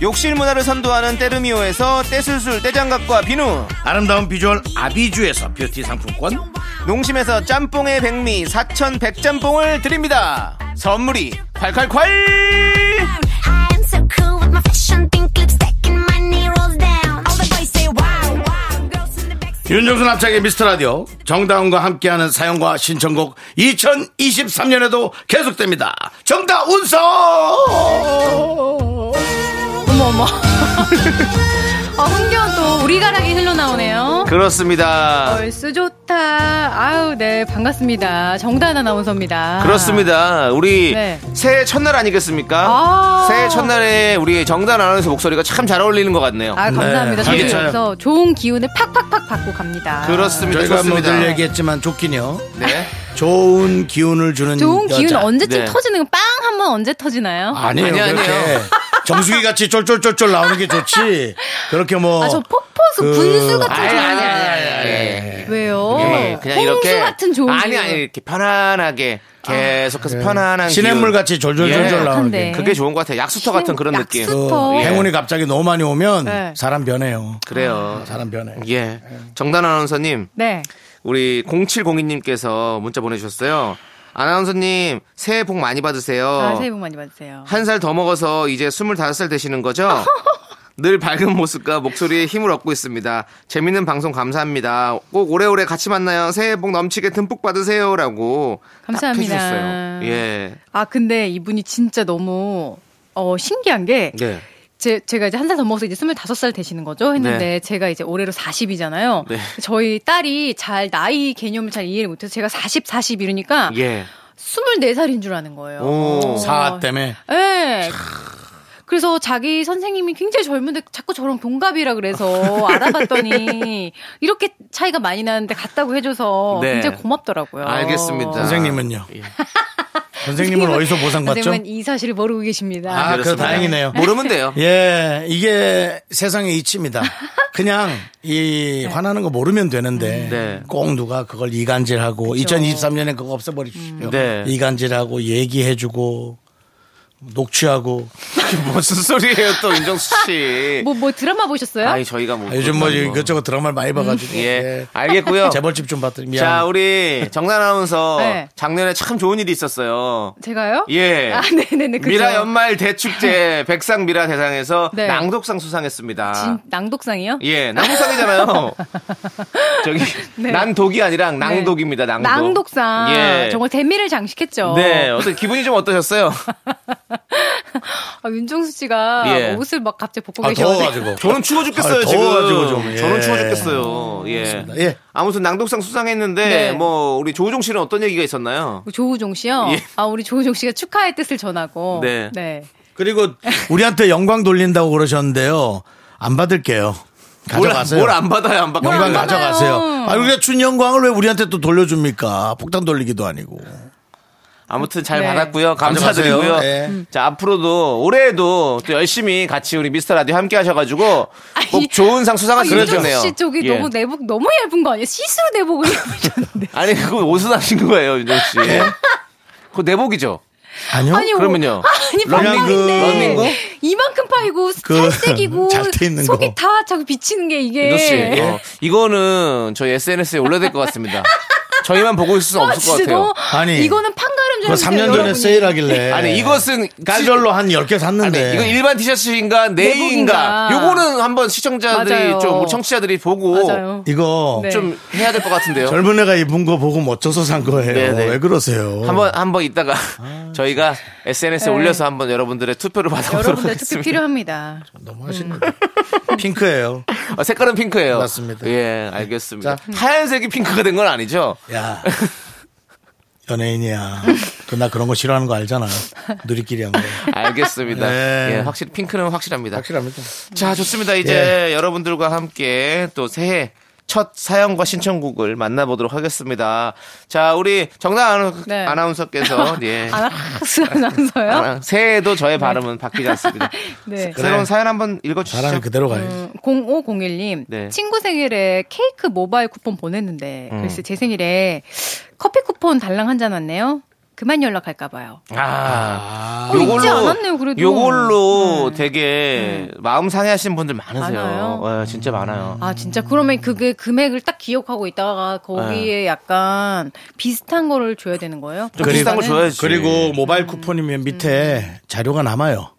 욕실 문화를 선도하는 때르미오에서 떼술술 떼장갑과 비누,
아름다운 비주얼 아비주에서 뷰티 상품권.
농심에서 짬뽕의 백미 사천 백짬뽕을 드립니다. 선물이 콸콸콸!
I am so cool with my fashion pink lipstick and my knee rolls down. All the boys say wow, wow. Girls in the backseat.
윤정수 남창의 미스터 라디오 정다운과 함께하는 사연과 신청곡 2023년에도 계속됩니다. 정다운서!
어머머. 아, 흥겨운 또 우리가락이 흘러나오네요.
그렇습니다.
벌써 좋다. 아우, 네, 반갑습니다. 정다은 아나운서입니다.
그렇습니다. 우리
네.
새해 첫날 아니겠습니까?
아.
새해 첫날에 우리 정단 아나운서 목소리가 참 잘 어울리는 것 같네요.
아, 감사합니다.
네,
저도
이게 참-
여기서 좋은 기운을 팍팍팍 받고 갑니다.
그렇습니다.
저희가
좋습니다.
뭐늘 얘기했지만 좋긴요.
네.
좋은 기운을 주는
좋은 기운
여자.
언제쯤
네.
터지는 거빵 한 번 언제 터지나요?
아니에요.
아니, 아니에요.
그렇게 정수기 같이 쫄쫄쫄쫄 나오는 게 좋지. 그렇게 뭐
아, 저 폭포수
그-
분수 같은
아니,
좋은
아니, 아니,
기운.
아니, 아니, 아니.
왜요?
예, 그냥 이렇게
네. 홍수 같은 좋은
아니
기운. 아.
아니 이렇게 편안하게 계속해서
네.
편안한
시냇물
기운.
같이
예.
졸졸졸졸 나오는
약한데.
게.
그게 좋은 것 같아요. 약수터 같은 그런
네. 약수터.
느낌.
어.
그 행운이 갑자기 너무 많이 오면
네.
사람 변해요.
그래요.
사람 변해.
어.
요
예. 정단 아나운서님,
네.
우리 0702님께서 문자 보내주셨어요. 아나운서님, 새해 복 많이 받으세요.
아, 새해 복 많이 받으세요.
한 살 더 먹어서 이제 25살 되시는 거죠? 늘 밝은 모습과 목소리에 힘을 얻고 있습니다. 재밌는 방송 감사합니다. 꼭 오래오래 같이 만나요. 새해 복 넘치게 듬뿍 받으세요. 라고. 딱
감사합니다.
해주셨어요. 예.
아, 근데 이분이 진짜 너무 어, 신기한 게
네.
제, 제가 이제 한 살 더 먹어서 이제 25살 되시는 거죠? 했는데
네.
제가 이제 올해로 40이잖아요.
네.
저희 딸이 잘 나이 개념을 잘 이해를 못해서 제가 40, 40 이러니까
예.
24살인 줄 아는 거예요.
오.
사 때문에
예. 그래서 자기 선생님이 굉장히 젊은데 자꾸 저랑 동갑이라 그래서 알아봤더니 이렇게 차이가 많이 나는데 같다고 해줘서
네.
굉장히 고맙더라고요.
알겠습니다. 예.
선생님은요. 선생님은 어디서 뭐 보상받죠?
선생님은 이 사실을 모르고 계십니다.
아, 그
그렇습니다.
다행이네요.
모르면 돼요.
예, 이게 세상의 이치입니다. 그냥 이 화나는 거 모르면 되는데
네.
꼭 누가 그걸 이간질하고 2023년에 그거 없애버리십시오.
네.
이간질하고 얘기해주고 녹취하고
무슨 소리예요, 또, 윤정수 씨.
뭐, 뭐 드라마 보셨어요?
예. 아니, 저희가 뭐.
아, 요즘 뭐
그런 거.
이것저것 드라마를 많이 봐가지고
예. 알겠고요.
재벌집 좀 봤더니 미안.
자, 우리 정단 아나운서
네.
작년에 참 좋은 일이 있었어요.
제가요?
예.
아, 네네네. 그죠.
미라 연말 대축제 백상 미라 대상에서
네.
낭독상 수상했습니다.
진, 낭독상이요?
예, 낭독상이잖아요. 저기
네.
난독이 아니라 낭독입니다. 낭독.
낭독상.
예.
정말 대미를 장식했죠.
네, 어떻게 기분이 좀 어떠셨어요?
아, 윤종수 씨가 뭐
예.
옷을 막 갑자기 벗고
아,
계셔가지고.
더워가지고.
저는 추워 죽겠어요
아,
지금.
더워가지고 좀, 예.
저는 추워 죽겠어요. 예.
그렇습니다. 예.
아무튼 낭독상 수상했는데
네.
뭐 우리 조우종 씨는 어떤 얘기가 있었나요?
조우종 씨요.
예.
아 우리 조우종 씨가 축하의 뜻을 전하고.
네.
그리고 우리한테 영광 돌린다고 그러셨는데요. 안 받을게요. 가져가세요.
뭘 안 받아요, 안 받고.
영광
안 받아요.
뭐 가져가세요. 아, 우리가 준 영광을 왜 우리한테 또 돌려줍니까? 폭탄 돌리기도 아니고.
아무튼 잘
네.
받았고요.
감사드려요.
감사드리고요. 네.
예.
음. 자, 앞으로도 올해에도 또 열심히 같이 우리 미스터 라디오 함께 하셔가지고 꼭
아니,
좋은 상 수상하시면
윤종
좋겠네요.
씨 저기
예.
너무 네. 내복 너무 얇은 거 아니에요? 시스루 내복을 입으셨는데.
아니, 그거 옷은 하신 거예요, 윤정 씨. 그거 내복이죠?
아니요.
아니 오-
그러면요.
아니
그냥
방방인데
그-
런닝구?
이만큼 파이고
그-
살색이고
잘돼 있는
속이
거.
다 자꾸 비치는 게 이게.
윤정 씨. 어, 이거는 저희 SNS에 올려야 될 것 같습니다. 저희만 보고 있을 수는
아,
없을 것
진짜
같아요.
너무
아니,
이거는 판가름
그거
좀
3년 전에 세일하길래.
아니, 이것은
깔절로 한 10개
아니,
샀는데.
이건 일반 티셔츠인가 내인가
내복인가.
요거는 한번 시청자들이
맞아요.
좀 우리 청취자들이 보고
맞아요.
이거
네.
좀 해야 될 것 같은데요.
젊은 애가 입은 거 보고 멋져서 산 거예요.
네, 네.
왜 그러세요?
한번 한번 이따가
아,
저희가 SNS에
네.
올려서 한번 여러분들의 투표를 받아보도록
여러분들 특히
하겠습니다.
필요합니다.
너무 하시네. 핑크예요.
어, 색깔은 핑크예요.
맞습니다.
예, 알겠습니다.
자.
하얀색이 핑크가 된 건 아니죠?
야. 연예인이야. 그나 그런 거 싫어하는 거 알잖아. 누리끼리 한 거.
알겠습니다.
네.
예, 확실히 핑크는 확실합니다.
확실합니다.
자, 좋습니다.
예.
이제 여러분들과 함께 또 새해 첫 사연과 신청곡을 만나보도록 하겠습니다. 자, 우리 정당 아나,
네.
아나운서께서 예.
아나운서 아나운서요?
아나- 새해에도 저의 발음은 바뀌지 않습니다.
네.
새로운 사연 한번 읽어주시죠.
바람이 그대로 가요.
0501님
네.
친구 생일에 케이크 모바일 쿠폰 보냈는데
음.
글쎄 제 생일에 커피 쿠폰 달랑 한 잔 왔네요. 그만 연락할까 봐요.
아,
어, 잊지 않았네요, 그래도. 네.
요걸로 되게 마음 상해하시는 분들 많으세요.
많아요.
예, 진짜 많아요.
아 진짜
음.
그러면 그게 금액을 딱 기억하고 있다가 거기에 약간 비슷한 거를 줘야 되는 거예요?
네. 좀 비슷한 걸
그러니까는-
줘야지.
그리고 모바일 쿠폰이면 밑에 자료가 남아요.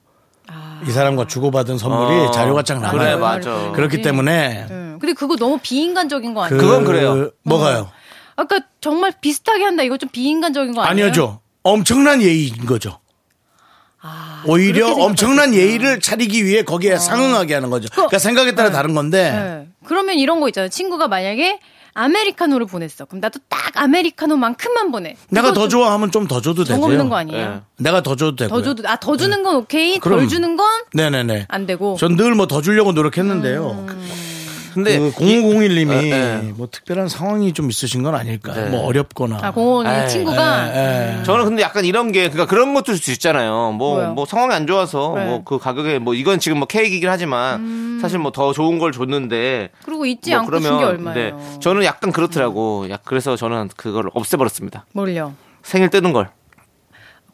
이 사람과 주고받은 선물이
어,
아, 자료가 쫙 남아요.
그래,
네.
맞아.
그렇기 때문에
음, 근데 그거 너무 비인간적인 거 아니에요?
그건 그래요.
뭐가요?
아까 정말 비슷하게 한다 이거 좀 비인간적인 거 아니에요?
아니죠. 엄청난 예의인 거죠. 오히려
아, 그렇게
엄청난
생각하시구나. 어.
예의를 차리기 위해 거기에 상응하게 하는 거죠. 그러니까 생각에 따라 다른 건데
네. 그러면 이런 거 있잖아요. 친구가 만약에 아메리카노를 보냈어. 그럼 나도 딱 아메리카노만큼만 보내.
내가 더
그거 좀
좋아하면 좀 더 줘도 되고요.
정 없는 거 아니에요?
예.
내가 더 줘도 되고.
더 줘도 아 더 주는 건 오케이.
그럼.
덜 주는 건 안
네네네.
되고. 음.
전 늘 뭐 더 주려고 노력했는데요.
근데
그 0501님이
이- 예, 네. 예.
뭐 특별한 상황이 좀 있으신 건 아닐까. 뭐 어렵거나.
아 공원
아,
이 친구가
예.
저는 근데 약간 이런 게 그러니까 그런 것도 줄 수 있잖아요. 뭐 뭐
네. 뭐요?
상황이 안 좋아서
네.
뭐 그 가격에 뭐 이건 지금 뭐 케이크이긴 하지만 사실 뭐 더 좋은 걸 줬는데
그리고 잊지
뭐
않고 준 게 얼마예요?
네. 저는 약간 그렇더라고. 약 그래서 저는 그걸 없애버렸습니다.
뭘요?
생일 뜨는 걸.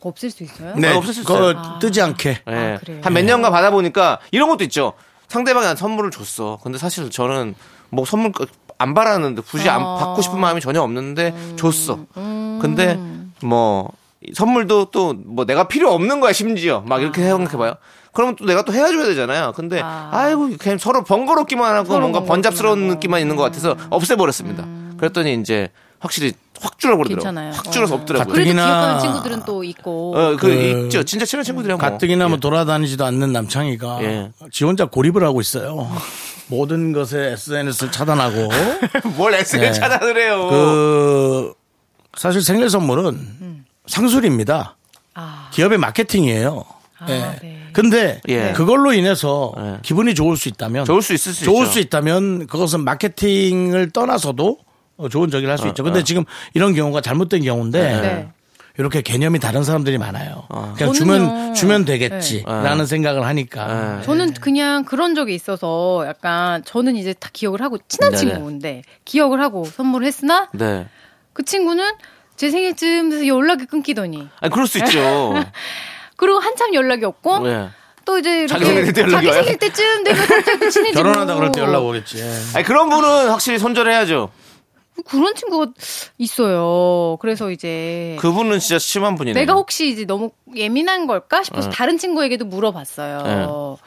없을 수 있어요?
네,
아, 없을 수 예.
그거
있어요.
뜨지 않게.
아, 그래요?
한 몇
네.
년간 받아보니까 이런 것도 있죠. 상대방이 난 선물을 줬어. 근데 사실 저는 뭐 선물 안 바라는데 굳이 안
어. 음.
받고 싶은 마음이 전혀 없는데 줬어. 근데 뭐 선물도 또 뭐 내가 필요 없는 거야 심지어 막 이렇게 생각해봐요. 그러면 또 내가 또 해줘야 되잖아요. 근데
아.
아. 이고 그냥 서로 번거롭기만 하고
서로
뭔가
번거롭기만
번잡스러운
하고. 음.
느낌만 있는 것 같아서 없애버렸습니다. 그랬더니 이제 확실히 확 줄어버리더라고요.
괜찮아요.
확 줄어서
어.
없더라고요.
그래도
가뜩이나-
기억하는 친구들은 또 있고.
어, 그,
그-
있죠. 진짜 친한 친구들이랑 뭐.
가뜩이나 뭐 돌아다니지도 않는 남창희가
예.
지 혼자 고립을 하고 있어요. 모든 것에 SNS를 차단하고
뭘 S를
네.
차단을 해요.
그 사실 생일 선물은 상술입니다.
음. 아,
기업의 마케팅이에요.
아,
예.
네.
근데
예.
그걸로 인해서
예.
기분이 좋을 수 있다면
좋을 수 있을 수
좋을
있죠.
수 있다면 그것은 마케팅을 떠나서도 어, 좋은 저기를 할 수 있죠. 근데 지금 이런 경우가 잘못된 경우인데
네.
이렇게 개념이 다른 사람들이 많아요. 그냥
저는요.
주면 주면 되겠지라는 생각을 하니까
저는 그냥 그런 적이 있어서 약간 저는 이제 다 기억을 하고 친한
네네.
친구인데 기억을 하고 선물을 했으나
네.
그 친구는 제 생일쯤 돼서 연락이 끊기더니
아, 그럴 수 있죠.
그리고 한참 연락이 없고
네.
또 이제 이렇게
자기 생일 때 연락이
자기
와요?
생일 때쯤 되면 갑자기 친해지고
결혼하다 그럴 때
어.
연락 오겠지. 예.
아니, 그런 분은 확실히 손절해야죠.
그런 친구가 있어요. 그래서 이제
그분은 진짜 심한 분이네.
네. 내가 혹시 이제 너무 예민한 걸까 싶어서
네.
다른 친구에게도 물어봤어요.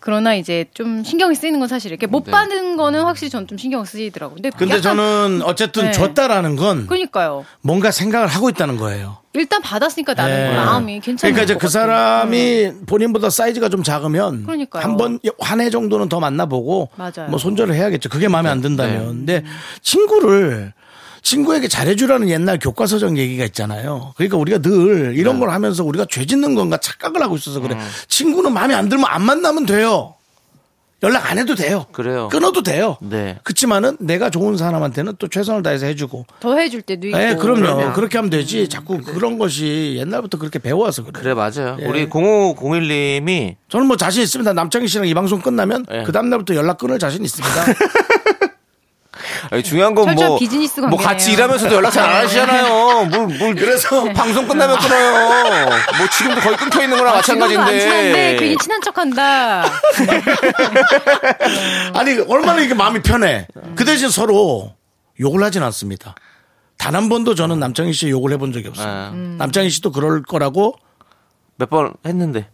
그러나 이제 좀 신경이 쓰이는 건 사실 이렇게 못
네.
받은 거는 확실히 전 좀 신경 쓰이더라고. 근데,
근데
약간
저는 어쨌든
네.
줬다라는 건
그러니까요.
뭔가 생각을 하고 있다는 거예요.
일단 받았으니까 나는
예.
마음이 괜찮은
그러니까 이제
것
그
같아요. 네.
사람이 본인보다 사이즈가 좀 작으면
그러니까요.
한 번 한 해 정도는 더 만나보고
맞아요. 네.
뭐 손절을 해야겠죠. 그게 마음에 안 든다면. 근데 친구를 친구에게 잘해주라는 옛날 교과서적 얘기가 있잖아요. 그러니까 우리가 늘
네.
이런 걸 하면서 우리가 죄 짓는 건가 착각을 하고 있어서 그래. 친구는 마음에 안 들면 안 만나면 돼요. 연락 안 해도 돼요.
그래요.
끊어도 돼요.
네.
그렇지만은 내가 좋은 사람한테는 또 최선을 다해서 해주고.
더 해줄 때도 있고.
예, 그럼요.
그러면. 음.
그렇게 하면 되지. 자꾸 그런 것이 옛날부터 그렇게 배워와서 그래.
그래 맞아요.
예.
우리 0501님이
저는 뭐 자신 있습니다. 남창희 씨랑 이 방송 끝나면
예.
그 다음날부터 연락 끊을 자신 있습니다.
아니, 중요한 건
철저한
뭐
비즈니스
뭐 같이
관계네요.
일하면서도 연락 잘 안 하시잖아요. 뭘, 뭘 그래서 방송 끝나면 끊어요. 뭐 지금도 거의 끊겨 있는 거랑
친구가 아, 안 친한데
마찬가지인데.
괜히 친한 척한다.
아니 얼마나 이게 마음이 편해. 그 대신 서로 욕을 하진 않습니다. 단 한 번도 저는 남창희 씨 욕을 해본 적이 없어요. 음.
아.
남창희 씨도 그럴 거라고
몇 번 했는데.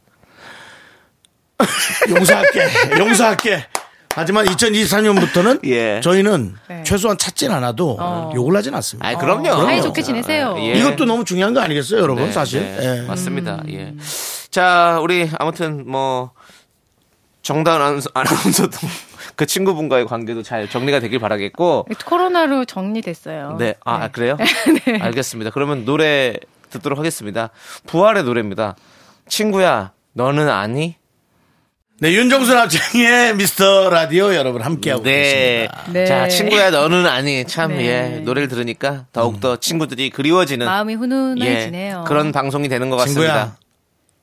어.
용서할게, 용서할게. 하지만 2024년부터는
예.
저희는
네.
최소한 찾진 않아도 욕을 하진 않습니다.
아 그럼요.
사이좋게 지내세요.
예.
이것도 너무 중요한 거 아니겠어요, 여러분? 사실.
네,
예.
맞습니다. 예. 자, 우리 아무튼 뭐 정다운 아나운서, 아나운서도 그 친구분과의 관계도 잘 정리가 되길 바라겠고.
코로나로 정리됐어요.
네. 아, 아, 그래요?
네.
알겠습니다. 그러면 노래 듣도록 하겠습니다. 부활의 노래입니다. 친구야, 너는 아니?
네, 윤정수 남창희의 미스터 라디오 여러분 함께하고
네.
계십니다.
네.
자, 친구야, 너는 아니. 참,
네.
예. 노래를 들으니까
음.
더욱더 친구들이 그리워지는
마음이 훈훈해지네요.
예, 그런 방송이 되는 것 같습니다. 네.
친구야,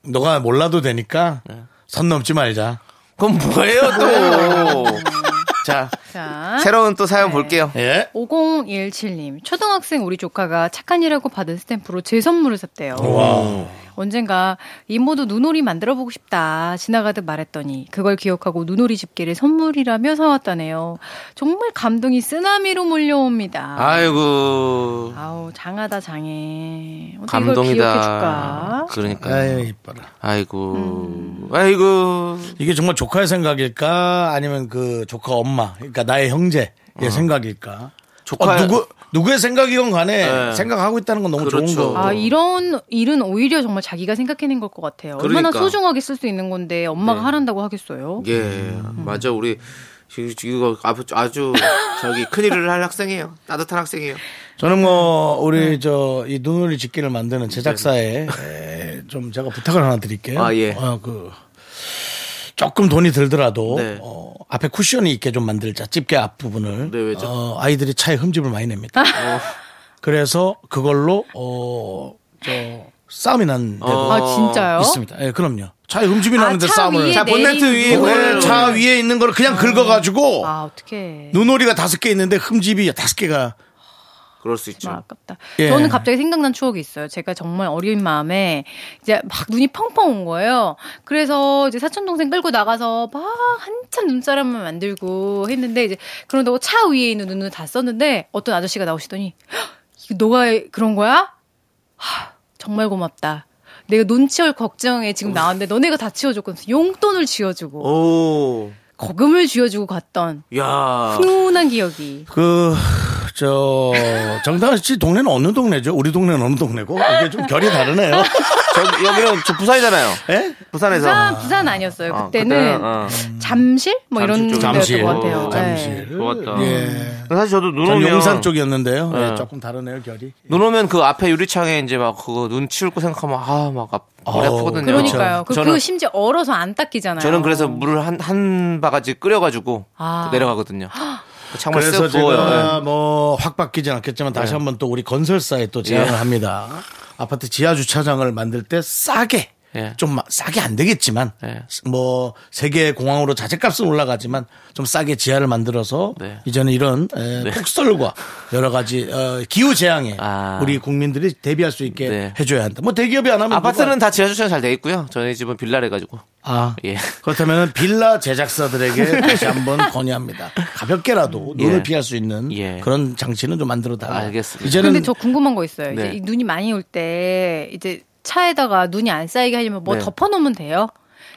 너가 몰라도 되니까 선 넘지 말자.
그건 뭐예요, 또? 자,
자.
새로운 또
네.
사연 볼게요.
예.
5017님, 초등학생 우리 조카가 착한 일하고 받은 스탬프로 제 선물을 샀대요. 언젠가 이모도 눈오리 만들어 보고 싶다 지나가듯 말했더니 그걸 기억하고 눈오리 집게를 선물이라며 사왔다네요. 정말 감동이 쓰나미로
아.
몰려옵니다.
아이고.
아. 우 장하다 장해. 어떻게 이걸 기억해
감동이다.
줄까? 음.
그러니까.
아이 이뻐라.
아이고. 아이고.
이게 정말 조카의 생각일까 아니면 그 조카 엄마 그러니까 나의 형제의 생각일까?
음. 조카-
어, 누구 누구의 생각이건 간에
네.
생각하고 있다는 건 너무 좋은
그렇죠.
거.
아, 이런 일은 오히려 정말 자기가 생각해낸 걸 것 같아요. 얼마나
그러니까.
소중하게 쓸 수 있는 건데 엄마가
네.
하란다고 하겠어요?
예.
음.
맞아. 우리 지금 이거 아주, 아주 저기 큰 일을 할 학생이에요. 따뜻한 학생이에요.
저는 뭐 우리
네.
저 이 눈오리 집기를 만드는 제작사에 에, 좀 제가 부탁을 하나 드릴게요.
네. 아, 예.
어, 그 조금 돈이 들더라도
네.
어, 앞에 쿠션이 있게 좀 만들자. 집게 앞 부분을.
네, 왜죠? 어.
어, 아이들이 차에 흠집을 많이 냅니다. 그래서 그걸로 어저 싸움이 난
어.
데도
아, 진짜요? 아,
있습니다. 예, 그럼요. 차에 흠집이 나는데
차
싸움을.
위에
자, 본네트
내린
위에
눈오리.
그걸
차 위에 있는 걸 그냥 긁어가지고
아, 어떻게.
눈오리가 다섯 개 있는데 흠집이 다섯 개가
그럴 수 있죠.
아, 아깝다.
예.
저는 갑자기 생각난 추억이 있어요. 제가 정말 어린 마음에 이제 막 눈이 펑펑 온 거예요. 그래서 이제 사촌 동생 끌고 나가서 막 한참 눈사람을 만들고 했는데 이제 그런다고 차 위에 있는 눈을 다 썼는데 어떤 아저씨가 나오시더니 "헉, 이거 너가 그런 거야? 하, 정말 고맙다. 내가 눈 치울 걱정에 지금 나왔는데 너네가 다 치워줬거든. 용돈을 쥐어주고
오.
거금을 쥐어주고 갔던
야.
훈훈한 기억이.
그 저 정다은 씨 동네는 어느 동네죠? 우리 동네는 어느 동네고 이게 좀 결이 다르네요.
저 여기는 저 부산이잖아요.
예?
부산에서.
부산, 부산 아니었어요.
어,
그때는
어.
잠실
잠실
뭐 이런
쪽에.
데였던
잠실,
것 같아요.
어,
잠실.
네.
좋았다.
예.
사실 저도 눈
전
오면
용산 쪽이었는데요. 예,
네.
조금 다르네요 결이.
눈 오면 그 앞에 유리창에 이제 막 그거 눈 치울 거 생각하면 아막 머리
어우,
아프거든요.
그러니까요. 그,
그렇죠. 저는
그 심지어 얼어서 안 닦이잖아요.
저는 그래서 물을 한, 한 바가지 끓여가지고
아.
내려가거든요. 그 창문
그래서
쓱 부어요. 예.
제가 뭐 확 바뀌진 않겠지만 다시 한번 또 우리 건설사에 또 제안을
예.
합니다. 아파트 지하 주차장을 만들 때 싸게
예.
좀 마- 싸게 안 되겠지만
예.
뭐 세계 공항으로 자재값은 올라가지만 좀 싸게 지하를 만들어서
네.
이제는 이런 에, 폭설과 여러 가지 어, 기후 재앙에
아.
우리 국민들이 대비할 수 있게
네.
해줘야 한다. 뭐 대기업이 안 하면
아파트는
누가-
다 지하주차장 잘 돼 있고요. 저희 집은 빌라를 해가지고.
아,
예.
그렇다면 빌라 제작사들에게 다시 한번 건의합니다. 가볍게라도 눈을
예.
피할 수 있는
예.
그런 장치는 좀 만들어 달라.
알겠습니다.
근데
이제는
저 궁금한 거 있어요. 이제
네.
이 눈이 많이 올 때 이제 차에다가 눈이 안 쌓이게 하려면 뭐
네.
덮어놓으면 돼요.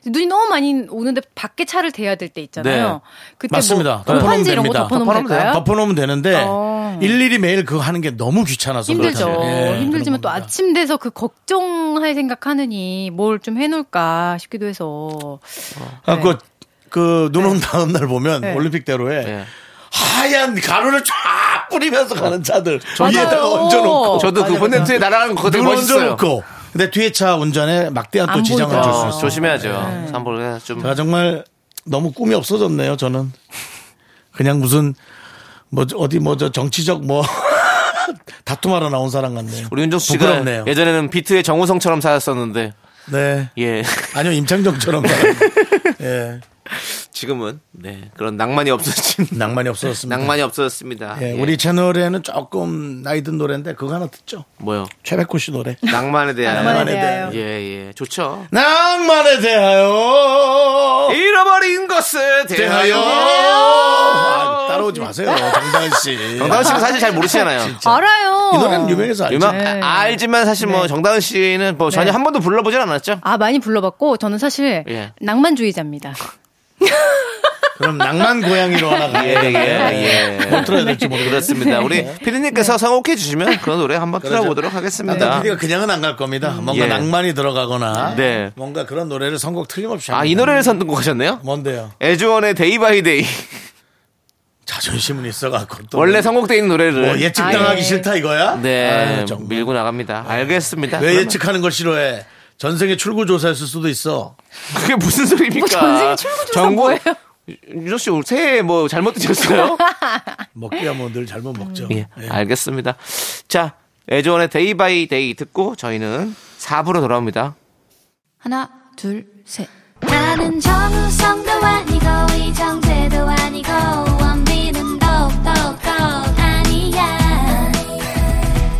이제 눈이 너무 많이 오는데 밖에 차를 대야 될 때 있잖아요.
네.
그때
맞습니다.
뭐 건판지
덮어놓으면
이런 거
됩니다.
덮어놓으면 될까요?
덮어놓으면 되는데
어.
일일이 매일 그거 하는 게 너무 귀찮아서
힘들죠.
그렇다면. 예, 그런
힘들지만 또
겁니다.
아침 돼서 그 걱정할 생각하느니 뭘 좀 해놓을까 싶기도 해서
아,
네.
그, 그, 눈 온 다음 날 보면
네.
올림픽대로에
예.
하얀 가루를 쫙 뿌리면서 가는 차들
맞아요.
위에다가 얹어놓고
어. 저도 그 본네트에 날아가는 거 되게
눈
멋있어요.
얹어놓고 아, 근데 뒤에 차 운전에 막대한 또
안
지장을
보이죠.
줄 수
어,
있어요.
네.
조심해야죠. 삼볼 좀
제가 정말 너무 꿈이 없어졌네요. 저는 그냥 무슨 뭐 저- 어디 뭐 저 정치적 뭐 다툼하러 나온 사람 같네요.
우리 윤정수 씨가
부끄럽네요.
예전에는 비트의 정우성처럼 살았었는데
네.
예
아니요 임창정처럼 예
지금은 네 그런 낭만이 없어진
낭만이 없어졌습니다.
낭만이 없어졌습니다.
음. 예,
예.
우리 채널에는 조금 나이 든 노래인데 그거 하나 듣죠.
뭐요?
최백호 씨 노래.
낭만에 대한
낭만에
낭만에 대하여.
예, 예. 좋죠.
낭만에 대하여
예, 잃어버린 것에
대하여 아, 따라오지 마세요 정다은 씨.
정다은 씨는 아, 사실 잘 모르시잖아요.
알아요.
이 노래는 유명해서 알죠.
유명
네.
아, 알지만 사실 뭐 정다은 씨는 뭐 전혀
네.
한 번도 불러보진 않았죠.
아 많이 불러봤고 저는 사실
예.
낭만주의자입니다.
그럼 낭만 고양이로 하나
예,
가야 되겠네. 못 틀어야 예, 될지 모르겠어요. 네.
그렇습니다. 우리 피디님께서 선곡해 주시면 그 노래 한번 틀어보도록 하겠습니다.
PD가 그러니까 그냥은 안 갈 겁니다. 뭔가
예.
낭만이 들어가거나
네.
뭔가 그런 노래를 선곡 틀림없이
아, 이
합니다.
노래를
뭐.
선곡하셨네요?
뭔데요?
에즈원의 데이 바이 데이.
자존심은 있어갖고 또
원래 선곡돼 있는 노래를.
뭐 예측당하기
아, 예.
싫다 이거야?
네,
아유, 정말.
밀고 나갑니다. 알겠습니다.
왜
그러면
예측하는 걸 싫어해? 전생에 출구 조사했을 수도 있어.
그게 무슨 소리입니까?
뭐 전생 출구조사 뭐예요?
윤정 씨 오늘 새해 뭐 잘못 드셨어요?
먹기야 뭐 늘 잘못 먹죠.
네.
예,
예.
알겠습니다. 자, 에조원의 데이 바이 데이 듣고 저희는 4부로 돌아옵니다.
하나, 둘, 셋.
나는 정우성도 아니고 이정재도 아니고 원빈은 더욱더 아니야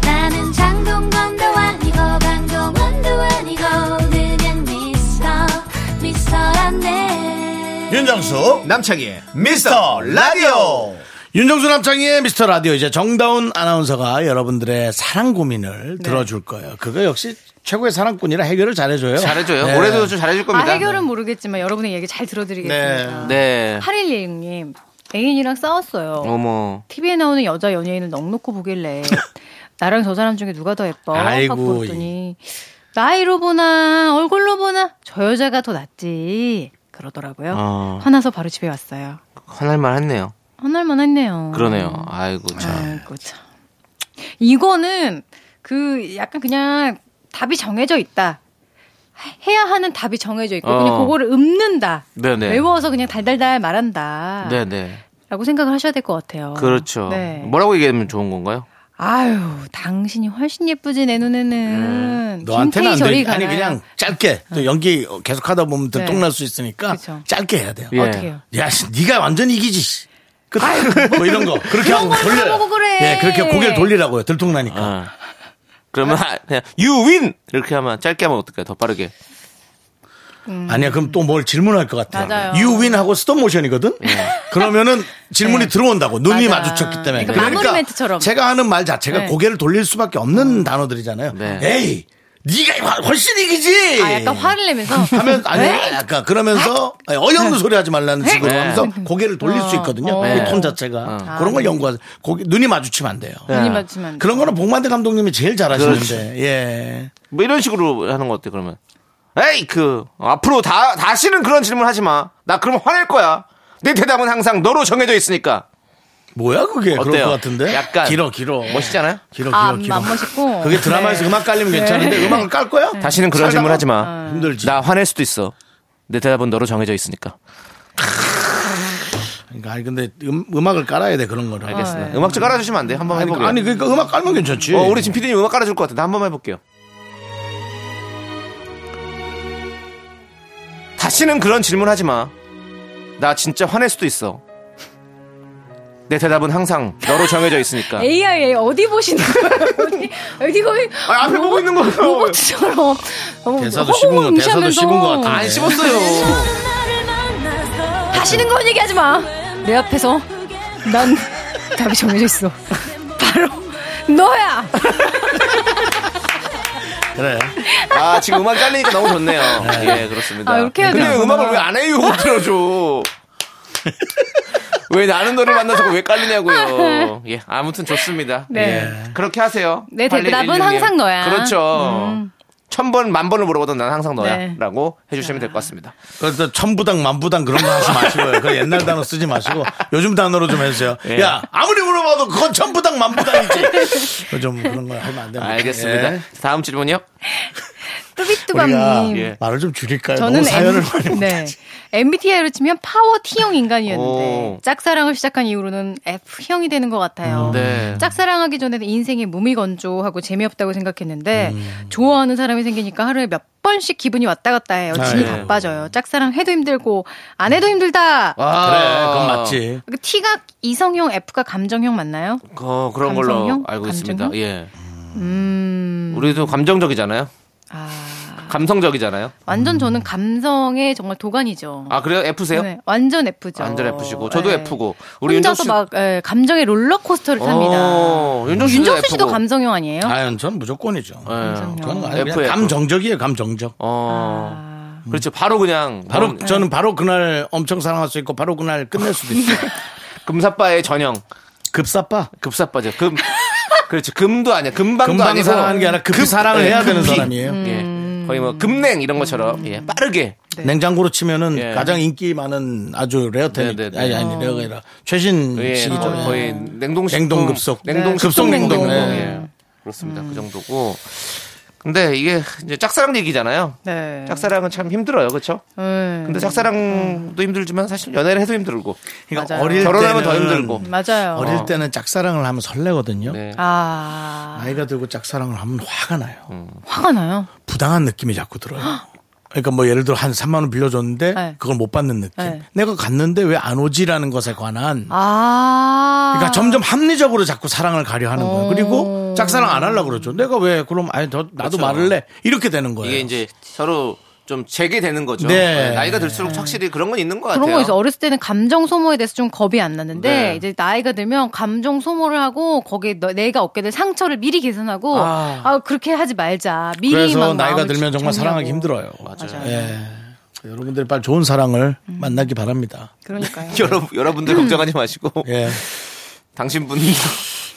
나는 장동건도 아니고 강동원도 아니고 그냥 미스터 미스터란데
윤정수 남창희의 미스터 라디오 윤정수 남창희의 미스터 라디오 이제 정다운 아나운서가 여러분들의 사랑 고민을
네.
들어줄 거예요. 그거 역시 최고의 사랑꾼이라 해결을 잘해줘요.
잘해줘요.
네.
올해도 좀 잘해줄
아,
겁니다.
해결은 모르겠지만 여러분의 얘기 잘 들어드리겠습니다.
네.
8116님 애인이랑 싸웠어요.
어머.
TV에 나오는 여자 연예인을 넉놓고 보길래 나랑 저 사람 중에 누가 더 예뻐?
아이고.
하고 그랬더니 나이로 보나 얼굴로 보나 저 여자가 더 낫지 그러더라고요.
어.
화나서 바로 집에 왔어요.
화날만 했네요.
화날만 했네요. 음.
그러네요. 아이고, 참.
아이고 참. 이거는 그 약간 그냥 답이 정해져 있다. 해야 하는 답이 정해져 있고 그냥
어.
그거를 읊는다.
네네.
외워서 그냥 달달달 말한다.
네네.
라고 생각을 하셔야 될 것 같아요.
그렇죠.
네.
뭐라고 얘기하면 좋은 건가요?
아유, 당신이 훨씬 예쁘지
네.
내 눈에는.
너한테는 안
김태희 저리
돼. 아니
가나요?
그냥 짧게 또 연기 계속하다 보면
네.
들통날 수 있으니까
그쵸.
짧게 해야 돼요.
예.
어떻게 해요?
야, 씨, 네가 완전 이기지. 씨. 끝. 뭐 이런 거 그렇게 하고
걸
돌려.
물어보고 그래.
예, 그렇게 고개를 돌리라고요. 들통나니까.
아. 그러면 아, 그냥 you win 이렇게 하면 짧게 하면 어떨까요? 더 빠르게.
아니야, 그럼 또 뭘 질문할 것 같아요.
맞아요.
유윈하고 스톱 모션이거든. 그러면은 질문이
네.
들어온다고 눈이
맞아.
마주쳤기 때문에.
그러니까 마무리 멘트처럼.
제가 하는 말 자체가
네. 음.
고개를 돌릴 수밖에 없는 단어들이잖아요.
네.
에이, 네가 훨- 훨씬 이기지.
아, 약간 화를 내면서.
예.
네?
하면 아니
에이,
약간 그러면서 아니, 어이없는 소리 하지 말라는 식으로
네.
하면서 고개를 돌릴 수 있거든요.
어. 네.
이 톤 자체가 그런 걸 연구하세요. 고개, 눈이 마주치면 안 돼요.
눈이
네.
맞지만.
그런 거는 복만대 감독님이 제일
그렇죠.
잘하시는데 예.
뭐 이런 식으로 하는 거 어때 그러면? 에이 그 앞으로 다 다시는 그런 질문 하지 마. 나 그러면 화낼 거야. 내 대답은 항상 너로 정해져 있으니까.
뭐야 그게 그럴
어때요?
것 같은데
약간
길어 길어
멋있잖아요?
길어 길어
아,
길어
안 멋있고.
그게 드라마에서
네. 아.
음악 깔리면 괜찮은데 음악을 깔 거야?
다시는 그런 질문 하지 마.
힘들지.
나 화낼 수도 있어. 내 대답은 너로 정해져 있으니까.
그러니까 아니 근데 음, 음악을 깔아야 돼 그런 거를.
알겠습니다. 음악 좀 깔아주시면 안 돼요? 한번
아니,
해볼게요.
아니 그러니까 음악 깔면 괜찮지.
어, 우리 지금 피디님 음악 깔아줄 것 같아. 나 한번 해볼게요. 다시는 그런 질문 하지 마. 나 진짜 화낼 수도 있어. 내 대답은 항상 너로 정해져 있으니까.
AI 어디 보시는 거예요? 어디, 어디 거기.
아, 앞에 보고 있는 거예요.
로봇처럼. 어,
대사도
허공을
씹은 거, 대사도
응시하면서 아,
씹은 거 같은데.
안 씹었어요.
다시는 그런 얘기 하지 마. 내 앞에서 난 답이 정해져 있어. 바로 너야.
그래.
아, 지금 음악 깔리니까 너무 좋네요. 예, 그렇습니다.
아, 이렇게 해야
근데
되는구나.
음악을 왜 안 해요? 들어줘. 왜 나는 너를 만나서 왜 깔리냐고요. 예, 아무튼 좋습니다. 예.
네.
그렇게 하세요.
내 대답은
8116님.
항상 너야. 음.
그렇죠. 천 번, 만 번을 물어봐도 난 항상 너야.
네.
라고 해주시면 될 것 같습니다.
그래서 천부당 만부당 그런 거 하지 마시고요. 그 옛날 단어 쓰지 마시고 요즘 단어로 좀 해주세요.
예.
야 아무리 물어봐도 그건 천부당 만부당이지. 그거 좀 그런 거 하면 안 됩니다.
알겠습니다.
예.
다음 질문이요.
우리가
뚜비뚜밤님.
예.
말을 좀 줄일까요?
저는
너무 사연을
M-
많이
네. MBTI로 치면 파워 T형 인간이었는데
오.
짝사랑을 시작한 이후로는 F형이 되는 것 같아요.
네.
짝사랑하기 전에는 인생이 무미건조하고 재미없다고 생각했는데
음.
좋아하는 사람이 생기니까 하루에 몇 번씩 기분이 왔다 갔다 해요.
아,
진이
예.
바빠져요. 짝사랑 해도 힘들고 안 해도 힘들다.
아,
그래 그건 맞지.
그 T가 이성형, F가 감정형 맞나요?
그, 그런 걸로
감성형?
알고 있습니다.
감정형?
예.
음,
우리도 감정적이잖아요.
아,
감성적이잖아요.
완전 저는 감성의 정말 도가니죠.
음. 아, 그래요? F세요?
네, 완전 F죠.
완전 F시고. 저도
네.
F고. 우리
혼자서
윤정수
막 예, 감정의 롤러코스터를 탑니다.
어, 윤정수 씨도
윤정수 씨도
F고.
감성형 아니에요? 어.
아연 전 무조건이죠.
예.
그건
감성형.
아니 그냥
F.
감정적이에요 감정적.
어.
아,
그렇죠. 바로 그냥.
바로
그럼
저는 바로 그날 엄청 사랑할 수 있고 바로 그날 끝낼 수도 있어요.
네. 금사빠의 전형.
급사빠.
급사빠죠. 금. 그렇죠. 금도 아니야. 금방도
금방
아니고.
사랑하는 게 아니라 급 사랑을
예,
해야 되는
급히.
사람이에요.
음.
예. 거의 뭐 금냉 이런 것처럼 예. 빠르게.
냉장고로 치면은
예.
가장 인기 많은 아주 레어템
네, 네, 네.
아니 아니 레어가 아니라 최신
예.
시기죠.
어, 거의
네.
냉동식
네. 냉동급속.
냉동
네, 급속냉동.
냉동.
네.
예. 그렇습니다.
음.
그 정도고. 근데 이게 이제 짝사랑 얘기잖아요.
네.
짝사랑은 참 힘들어요. 그렇죠?
네.
근데 짝사랑도 힘들지만 사실 연애를 해도 힘들고.
그러니까
맞아요.
어릴
결혼하면 더
때는
힘들고.
맞아요.
어릴 때는 짝사랑을 하면 설레거든요.
네.
아,
나이가 들고 짝사랑을 하면 화가 나요.
음.
화가 나요.
부당한 느낌이 자꾸 들어요. 그러니까 뭐 예를 들어 한 3만 원 빌려줬는데
네.
그걸 못 받는 느낌.
네.
내가 갔는데 왜 안 오지라는 것에 관한
아. 어.
그러니까 점점 합리적으로 자꾸 사랑을 가려 하는 거예요. 그리고 짝사랑 안 하려고 그러죠. 내가 왜 그럼 아니 너, 나도
그렇죠.
말을래 이렇게 되는 거예요.
이게 이제 서로 좀 재개되는 거죠.
네.
네, 나이가 들수록 확실히 그런 건 있는 것 같아요.
그런 거 있어. 어렸을 때는 감정 소모에 대해서 좀 겁이 안 났는데
네.
이제 나이가 들면 감정 소모를 하고 거기에 너- 내가 얻게 될 상처를 미리 계산하고
아.
아, 그렇게 하지 말자. 미리
그래서
막
나이가
마음을
들면 정말
정리하고.
사랑하기 힘들어요.
맞아요. 음.
예. 여러분들 빨리 좋은 사랑을 만나기 바랍니다.
그러니까요.
여러분,
음.
여러분들 걱정하지 마시고
예.
당신 분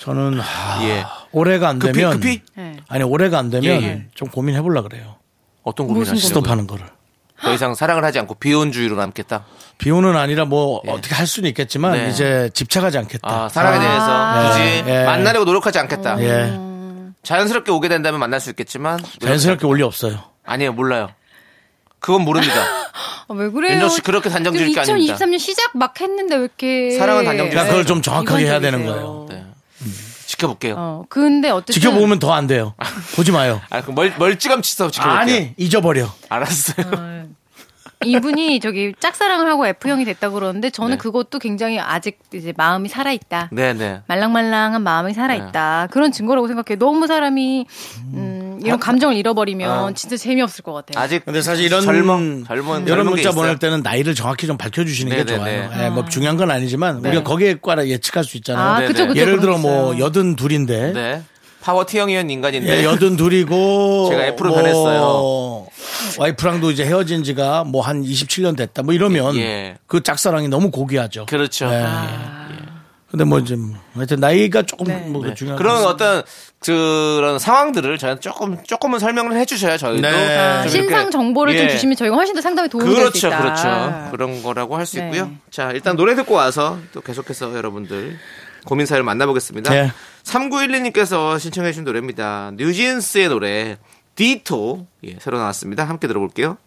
저는 하,
예.
올해가 안
급히
되면
급히
네.
아니 올해가 안 되면
예, 예.
좀 고민해 보려 그래요.
어떤 고민을 하시는 거예요?
스톱하는 거를.
더 이상 사랑을 하지 않고 비혼주의로 남겠다.
비오는 아니라 뭐 어떻게 할 수는 있겠지만
예. 네.
이제 집착하지 않겠다.
아, 사랑에 대해서 굳이
예.
만나려고 노력하지 않겠다.
예.
음. 자연스럽게 오게 된다면 만날 수 있겠지만
자연스럽게 올 리 없어요.
아니에요, 몰라요. 그건 모릅니다.
아, 왜 그래요?
윤정 씨 그렇게 단정 지을 게 아닙니다.
2023년 시작 막 했는데 왜 이렇게
사랑은 단정 지을
그러니까 그걸 좀
네,
정확하게 해야 되는
일관적이세요.
거예요.
네. 지켜볼게요.
어, 근데 어쨌든
지켜보면 더 안 돼요. 보지 마요.
아, 그 멀, 멀찌감치서 지켜볼게요.
아니 잊어버려.
알았어요.
이분이 저기 짝사랑을 하고 F형이 됐다고 그러는데 저는
네.
그것도 굉장히 아직 이제 마음이 살아 있다.
네네.
말랑말랑한 마음이 살아있다. 그런 증거라고 생각해. 너무 사람이, 음, 이런 감정을 잃어버리면
아.
진짜 재미없을 것 같아요.
아직
근데 사실 이런
젊은 젊은
이런
젊은 게
문자
있어요.
보낼 때는 나이를 정확히 좀 밝혀주시는 게
네네네. 네.
좋아요. 예, 뭐 중요한 건 아니지만 우리가 거기에 따라 예측할 수 있잖아요.
아, 그렇죠.
네네.
그쵸, 그쵸.
예를
그런
들어
거
뭐
있어요.
여든 둘인데
네. 파워 T형이온 인간인데.
예, 여든 둘이고
제가 F로
뭐
변했어요.
와이프랑도 이제 헤어진 지가 뭐 한 27년 됐다. 뭐 이러면
예.
그 짝사랑이 너무 고귀하죠.
그렇죠.
예. 근데 뭐 지금 하여튼 나이가 조금
네.
뭐그 중요한
네. 그런
거
어떤 그런 상황들을 저는 조금 조금은 설명을 해주셔야 저희도
네.
좀
아,
이렇게-
신상 정보를 좀
예.
주시면 저희가 훨씬 더 상담에 도움이 될 수
그렇죠,
있다. 아,
그렇죠. 그런 거라고 할 수
네.
있고요. 자, 일단 노래 듣고 와서 또 계속해서 여러분들 고민 사연 만나보겠습니다.
네.
3912님께서 신청해주신 노래입니다. 뉴진스의 노래 디토 예, 새로 나왔습니다. 함께 들어볼게요.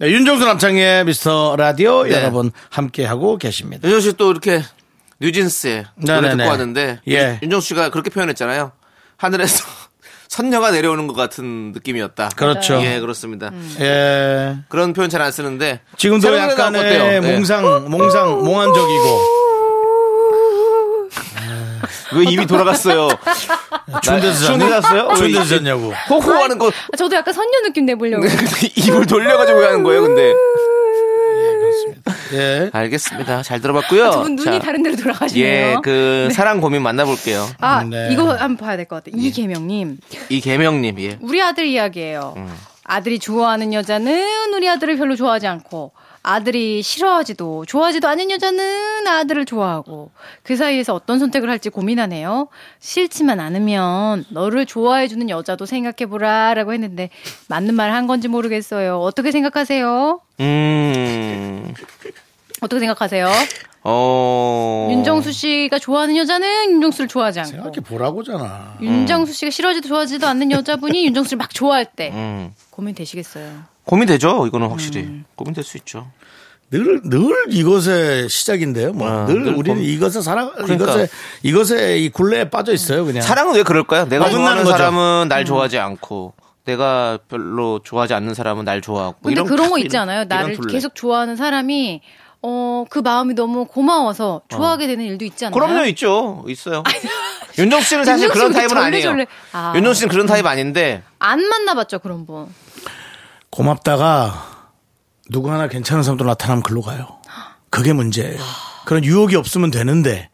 네, 윤정수 남창의 미스터 라디오
네.
여러분 함께하고 계십니다.
윤정 씨 또 이렇게 뉴진스의 노래
네네네.
듣고 왔는데
예.
윤정 씨가 그렇게 표현했잖아요. 하늘에서 선녀가 내려오는 것 같은 느낌이었다.
그렇죠.
예, 그렇습니다.
예.
그런 표현 잘 안 쓰는데
지금도
새로운 노래 나온 거
약간의
어때요? 예.
몽상, 몽상, 몽환적이고.
왜그 입이 돌아갔어요?
준대서 아,
추운 데 잤어요? 왜
준대서
이-
잤냐고.
호호하는 거
아, 저도 약간 선녀 느낌 내보려고.
그렇죠.
입을 돌려가지고 왜 하는 거예요? 근데 아.
예.
알겠습니다. 잘 들어봤고요.
아, 저분 눈이
자,
다른 데로 돌아가시네요.
예, 그 사랑 고민 만나볼게요.
아,
네. 예.
이거 한번 봐야 될 것 같아요. 이계명님.
이계명님 예.
음.
우리 아들 이야기예요. 아들이 좋아하는 여자는 우리 아들을 별로 좋아하지 않고 아들이 싫어하지도 좋아하지도 않은 여자는 아들을 좋아하고 그 사이에서 어떤 선택을 할지 고민하네요. 싫지만 않으면 너를 좋아해주는 여자도 생각해보라라고 했는데 맞는 말 한 건지 모르겠어요. 어떻게 생각하세요?
음,
어떻게 생각하세요?
어.
윤정수 씨가 좋아하는 여자는 윤정수를 좋아하지 않고
생각해 음. 보라고잖아.
윤정수 씨가 싫어하지도 좋아하지도 않는 여자분이 윤정수를 막 좋아할 때
음.
고민되시겠어요.
고민되죠? 이거는 확실히. 고민될 수 있죠.
늘, 늘 이것의 시작인데요. 뭐.
아,
늘
늘
우리는
범-
이것에 살아,
그러니까.
이것에, 이것에 이 굴레에 빠져 있어요, 그냥.
사랑은 왜 그럴까요? 내가
어긋나는
좋아하는 음.
거죠.
사람은 날 좋아하지 않고, 내가 별로 좋아하지 않는 사람은 날 좋아하고. 뭐
근데
이런
그런 거
큰-
있지 않아요?
이런
나를
둘레.
계속 좋아하는 사람이 어 그 마음이 너무 고마워서 좋아하게 되는 일도 있지 않나요?
어. 그럼요, 있죠. 있어요. 윤정 씨는 사실
윤정
그런
씨는
타입은 아니에요.
절레절레. 아.
윤정 씨는 그런 타입 아닌데,
안 만나봤죠 그런 분.
고맙다가 누구 하나 괜찮은 사람도 나타나면 글로 가요. 그게 문제예요. 그런 유혹이 없으면 되는데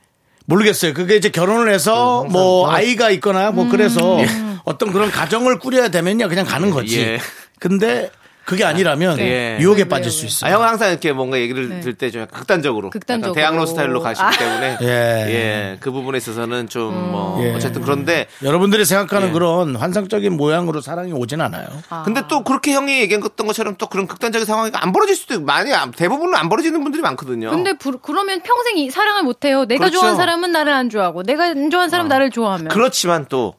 모르겠어요. 그게 이제 결혼을 해서 뭐 아이가 있거나 뭐 그래서 어떤 그런 가정을 꾸려야 되면요 그냥 가는 거지.
예.
근데 그게 아니라면
네.
유혹에
네,
빠질
네,
수
네.
있어요.
아, 형은 항상 이렇게 뭔가 얘기를 들 때 좀 극단적으로.
극단적으로.
약간 대학로 스타일로 가시기
아. 음.
때문에.
예.
예. 그 부분에 있어서는 좀 뭐.
예.
어쨌든 그런데.
여러분들이 생각하는
예.
그런 환상적인 모양으로 사랑이 오진 않아요.
근데 또 그렇게 형이 얘기했던 것처럼 또 그런 극단적인 상황이 안 벌어질 수도 많이 안- 대부분은 안 벌어지는 분들이 많거든요.
근데 부- 그러면 평생 이- 사랑을 못해요. 내가
그렇죠. 어.
좋아하는 사람은 나를 안 좋아하고 내가 안 좋아하는 사람은 나를 좋아하면.
그렇지만 또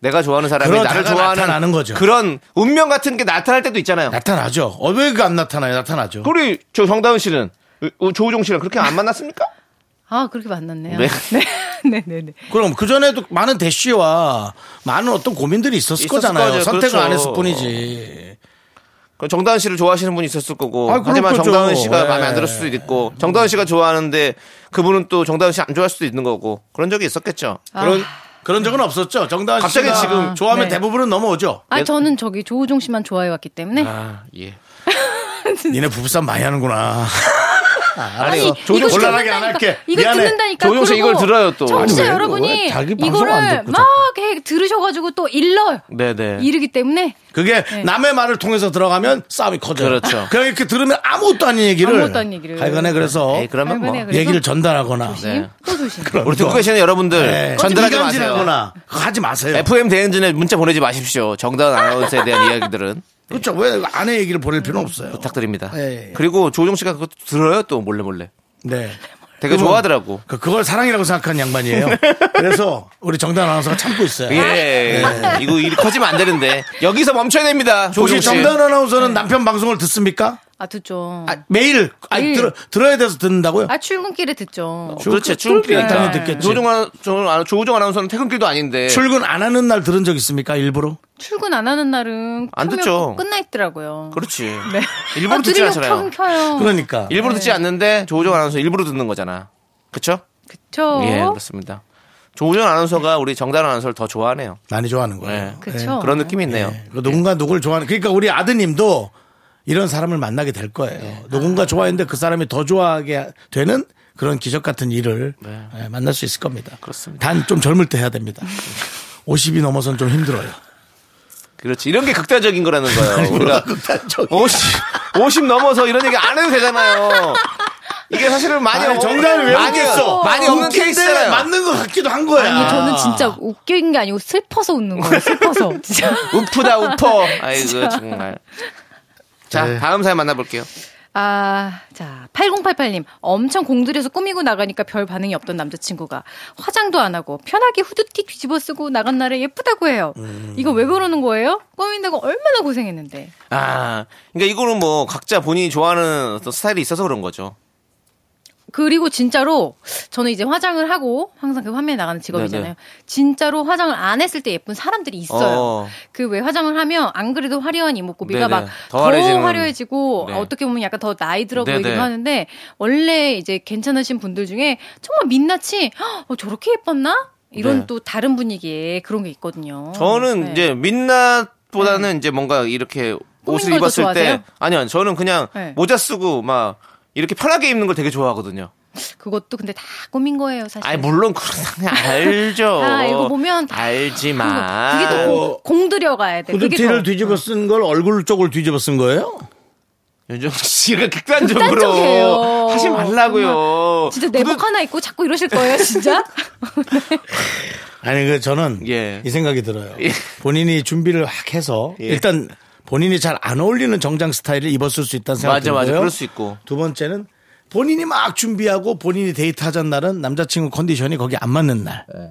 내가 좋아하는 사람이
그러다가
나를 좋아하는
나타나는 거죠.
그런 운명 같은 게 나타날 때도 있잖아요.
나타나죠. 어, 왜 그게 안 나타나요? 나타나죠.
우리 저 정다은 씨는 어, 조우종 씨랑 그렇게 안 만났습니까?
아 그렇게 만났네요.
네.
네, 네, 네.
그럼 그 전에도 많은 대쉬와 많은 어떤 고민들이 있었을,
있었을
거잖아요.
거죠.
선택을 안
그렇죠.
했을 뿐이지.
그 정다은 씨를 좋아하시는 분이 있었을 거고
아, 그럴
하지만
거죠.
정다은 씨가
네.
마음에 안 들었을 수도 있고 정다은 씨가 좋아하는데 그분은 또 정다은 씨 안 좋아할 수도 있는 거고 그런 적이 있었겠죠.
아.
그런 그런 적은 없었죠. 정다은
갑자기
씨가
지금
좋아하면
네.
대부분은 넘어오죠.
아 저는 저기 조우종 씨만 좋아해왔기 때문에
아 예.
니네 부부싸움 많이 하는구나.
아니,
알았어. 조우종
이거
곤란하게 안
듣는다니까.
할게.
이거
미안해.
듣는다니까.
조우종 씨
그리고
이걸 들어요, 또.
청취자
아니, 왜,
여러분이
왜 자기 방송 안
이거를
듣고
막 해- 들으셔가지고 또 일러요.
네네.
이르기 때문에
그게
네.
남의 말을 통해서 들어가면 싸움이 커져요.
그렇죠.
냥 이렇게 들으면 아무것도 아닌 얘기를.
아무것도 아닌 얘기를.
하여간에 그래서
에이, 그러면 뭐
아이고, 네, 그래서
얘기를 전달하거나.
조심 네.
네.
또 조심.
우리 듣고 계시는 여러분들 전달하지 마세요.
네. 이간질하거나 그거 하지 마세요.
FM 대행진에 문자 보내지 마십시오. 정다은 아나운서에 대한 이야기들은
그렇죠. 왜 아내 얘기를 보낼 필요는 없어요.
부탁드립니다.
예, 예.
그리고 조우종 씨가 그것도 들어요 또 몰래 몰래.
네.
되게
그건-
좋아하더라고.
그, 그걸 사랑이라고 생각하는 양반이에요. 그래서 우리 정단 아나운서가 참고 있어요.
예, 이거 일 커지면 안 되는데 여기서 멈춰야 됩니다. 조우종
혹시
씨.
정단 아나운서는 남편 방송을 듣습니까?
아 듣죠.
아, 매일 아니,
매일.
들어, 들어야 돼서 듣는다고요?
아 출근길에 듣죠.
출근길에
그렇지 출근길이니까.
당연히 듣겠지.
예. 조종 아나- 조- 아나- 조우종 아나운서는 퇴근길도 아닌데.
출근 안 하는 날 들은 적 있습니까? 일부러?
출근 안 하는 날은
안
켜면
듣죠.
끝나 있더라고요.
그렇지.
네.
일부러
아,
듣지
들으려고
않잖아요.
켜긴 켜요. 네.
그러니까.
일부러 듣지 않는데 조우종 아나운서 일부러 듣는 거잖아. 그렇죠?
그쵸.
예, 그렇습니다. 조우종 아나운서가 우리 정다은 아나운서를 더 좋아하네요.
많이 좋아하는
예.
거예요.
그쵸.
그런 느낌이 있네요.
예. 그 누군가 누굴 좋아하는 그러니까 우리 아드님도 이런 사람을 만나게 될 거예요.
네.
누군가 좋아했는데 그 사람이 더 좋아하게 되는 그런 기적 같은 일을 예, 만날 수 있을 겁니다.
네. 그렇습니다.
단 좀 젊을 때 해야 됩니다. 50이 넘어선 좀 힘들어요.
그렇지. 이런 게 극단적인 거라는 거예요. 우리가
극단적이야.
50, 50 넘어서 이런 얘기 안 해도 되잖아요. 이게 사실은 많이
아니,
없-
정답을 왜
어, 많이,
웃겠어?
많이 없는
웃긴데
케이스잖아요.
맞는 것 같기도 한 거야.
아니 저는 진짜 웃긴 게 아니고 슬퍼서 웃는 거예요. 슬퍼서 진짜.
우프다 우퍼. 아이고 정말. 자
네.
다음 사연 만나볼게요.
아, 자, 8088님. 엄청 공들여서 꾸미고 나가니까 별 반응이 없던 남자친구가 화장도 안 하고 편하게 후드티 뒤집어 쓰고 나간 날에 예쁘다고 해요.
음.
이거 왜 그러는 거예요? 꾸민다고 얼마나 고생했는데.
아 그러니까 이거는 뭐 각자 본인이 좋아하는 어떤 스타일이 있어서 그런 거죠.
그리고 진짜로 저는 이제 화장을 하고 항상 그 화면에 나가는 직업이잖아요.
네네.
진짜로 화장을 안 했을 때 예쁜 사람들이 있어요.
어.
그 왜 화장을 하면 안 그래도 화려한 이목구비가
네네.
막
더
더
화려해지는-
화려해지고
네.
어떻게 보면 약간 더 나이 들어
네네.
보이기도 하는데 원래 이제 괜찮으신 분들 중에 정말 민낯이 "헉, 어, 저렇게 예뻤나? 이런
네.
또 다른 분위기에 그런 게 있거든요.
저는
네.
이제 민낯보다는 이제 뭔가 이렇게 옷을
걸더
입었을 때
좋아하세요?
아니요 저는 그냥
네.
모자 쓰고 막 이렇게 편하게 입는 걸 되게 좋아하거든요.
그것도 근데 다 꾸민 거예요, 사실.
아니 물론 그런 당연 알죠.
다 알고 아, 보면 다
알지만
뭐 그게 더 어. 공, 공들여가야 돼. 그게
후드티를
더-
뒤집어 쓴 걸 얼굴 쪽을 뒤집어 쓴 거예요?
윤정수 씨가 극단적으로
극단적이에요.
하지 말라고요.
진짜 내복
그건-
하나 입고 자꾸 이러실 거예요, 진짜? 네.
아니 그 저는
예.
이 생각이 들어요. 본인이 준비를 확 해서
예.
일단 본인이 잘 안 어울리는 정장 스타일을 입었을 수 있다는 생각이
맞아,
들고요.
맞아. 그럴 수 있고.
두 번째는 본인이 막 준비하고 본인이 데이트하자는 날은 남자친구 컨디션이 거기 안 맞는 날.
예.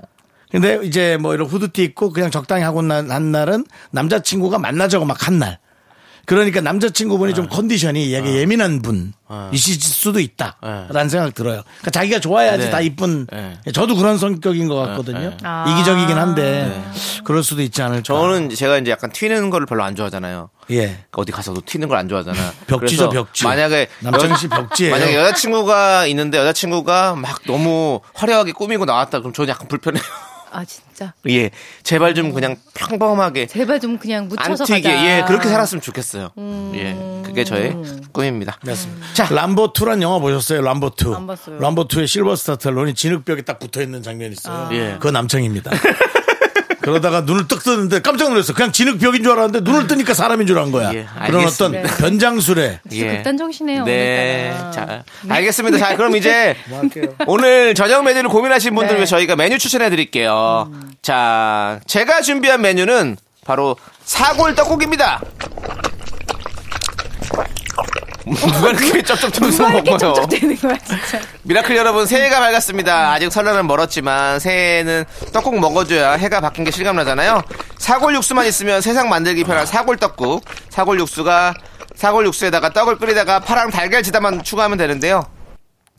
근데 이제 뭐 이런 후드티 입고 그냥 적당히 하고 난, 한 날은 남자친구가 만나자고 막 한 날. 그러니까 남자친구분이
예.
좀 컨디션이 약간 예민한 분이실 수도 있다라는 생각 들어요. 그러니까 자기가 좋아야지
예. 네.
다 이쁜.
네.
예, 저도 그런 성격인 것 같거든요.
아.
이기적이긴 한데 그럴 수도 있지 않을까.
네. 저는 제가 이제 약간 튀는 거를 별로 안 좋아하잖아요.
예.
어디 가서도 튀는 걸 안 좋아하잖아.
벽지죠,
그래서
벽지.
만약에
남창희
여-
씨 벽지예요.
만약에 여자친구가 있는데 여자친구가 막 너무 화려하게 꾸미고 나왔다 그럼 저는 약간 불편해요.
아, 진짜.
예, 제발 좀 그냥 평범하게
제발 좀 그냥
안
묻혀서
튀게
가자. 음.
예 그렇게 살았으면 좋겠어요. 예, 그게 저의
네.
꿈입니다.
음. 자, 람보 2란 영화 보셨어요? 람보 2.
안 봤어요.
람보 2의 실버 스타텔론이 진흙벽에 딱 붙어 있는 장면이 있어요.
예.
그거 남청입니다. 그러다가 눈을 떡 뜨는데 깜짝 놀랐어. 그냥 진흙벽인 줄 알았는데 눈을 뜨니까 사람인 줄 안 거야.
예,
그런 어떤
알겠습니다.
변장술에
진짜 극단적이시네요,
예. 네,
오늘따라.
자 알겠습니다. 자 그럼 이제 오늘 저녁 메뉴를 고민하신 분들
네.
위해 저희가 메뉴 추천해 드릴게요. 자 제가 준비한 메뉴는 바로 사골 떡국입니다. 누가 이렇게 쩝쩝
누가
웃어
이렇게
먹어요?
쩝쩝대는 거야, 진짜.
미라클 여러분 새해가 밝았습니다. 아직 설날은 멀었지만 새해에는 떡국 먹어줘야 해가 바뀐 게 실감나잖아요. 사골 육수만 있으면 세상 만들기 편한 사골 떡국. 사골 육수가 사골 육수에다가 떡을 끓이다가 파랑 달걀 지다만 추가하면 되는데요.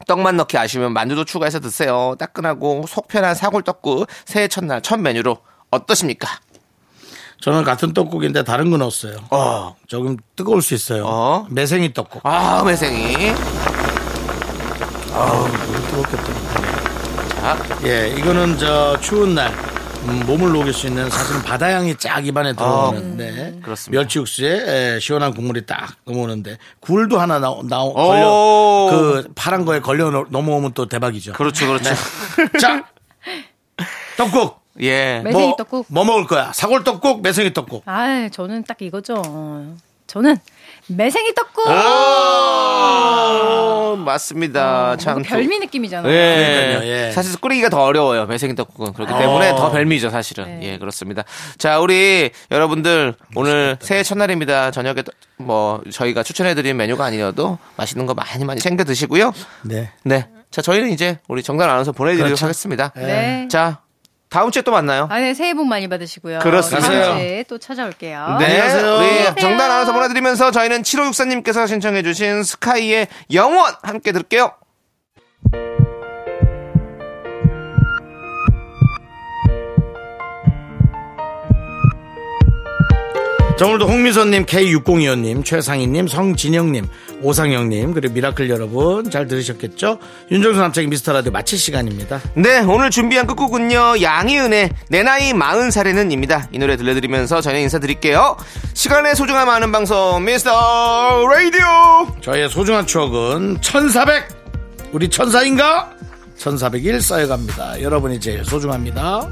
떡만 넣기 아쉬우면 만두도 추가해서 드세요. 따끈하고 속 편한 사골 떡국 새해 첫날 첫 메뉴로 어떠십니까?
저는 같은 떡국인데 다른 건 없어요.
어.
조금 뜨거울 수 있어요.
어.
매생이 떡국.
아 매생이.
예, 이거는 저 추운 날 음, 몸을 녹일 수 있는 사실은 바다향이 쫙 입안에 들어오는데
아, 그렇습니다.
멸치 육수에 에, 시원한 국물이 딱 넘어오는데 굴도 하나 나오 나 걸려
오.
그 파란 거에 걸려 넘- 넘어오면 또 대박이죠.
그렇죠 그렇죠.
자 떡국
예.
매생이
뭐,
떡국.
뭐 먹을 거야? 사골 떡국, 매생이 떡국.
아, 저는 딱 이거죠. 어. 저는 매생이 떡국.
어, 맞습니다. 참.
이거 별미 느낌이잖아요.
예.
네, 그러니까요, 예.
사실 끓이기가 더 어려워요. 매생이 떡국은 그렇기 때문에
어.
더 별미죠, 사실은.
네.
예, 그렇습니다. 자, 우리 여러분들
음,
오늘 새해 첫날입니다. 저녁에 또- 뭐 저희가 추천해드린 메뉴가 아니어도 맛있는 거 많이 많이 챙겨 드시고요.
네.
네, 자 저희는 이제 우리 정단 아나운서 보내드리도록
그렇죠.
하겠습니다.
네.
자, 다음 주에 또 만나요.
아, 네, 새해 복 많이 받으시고요.
그렇습니다.
가세요.
다음 주에 또 찾아올게요.
네,
안녕하세요.
우리 정단 아나운서 보내드리면서 저희는 7564님께서 신청해주신 스카이의 영원 함께 들을게요.
자, 오늘도 홍미선님, K6025님, 최상희님, 성진영님, 오상영님, 그리고 미라클 여러분 잘 들으셨겠죠? 윤정수 남창의 미스터라디오 마칠 시간입니다.
네, 오늘 준비한 끝곡은요, 양희은의 내 나이 마흔 살에는입니다. 이 노래 들려드리면서 저희 인사드릴게요. 시간의 소중함 아는 방송, 미스터 라디오!
저의 소중한 추억은 1400! 우리 천사인가? 1401 쌓여갑니다. 여러분이 제일 소중합니다.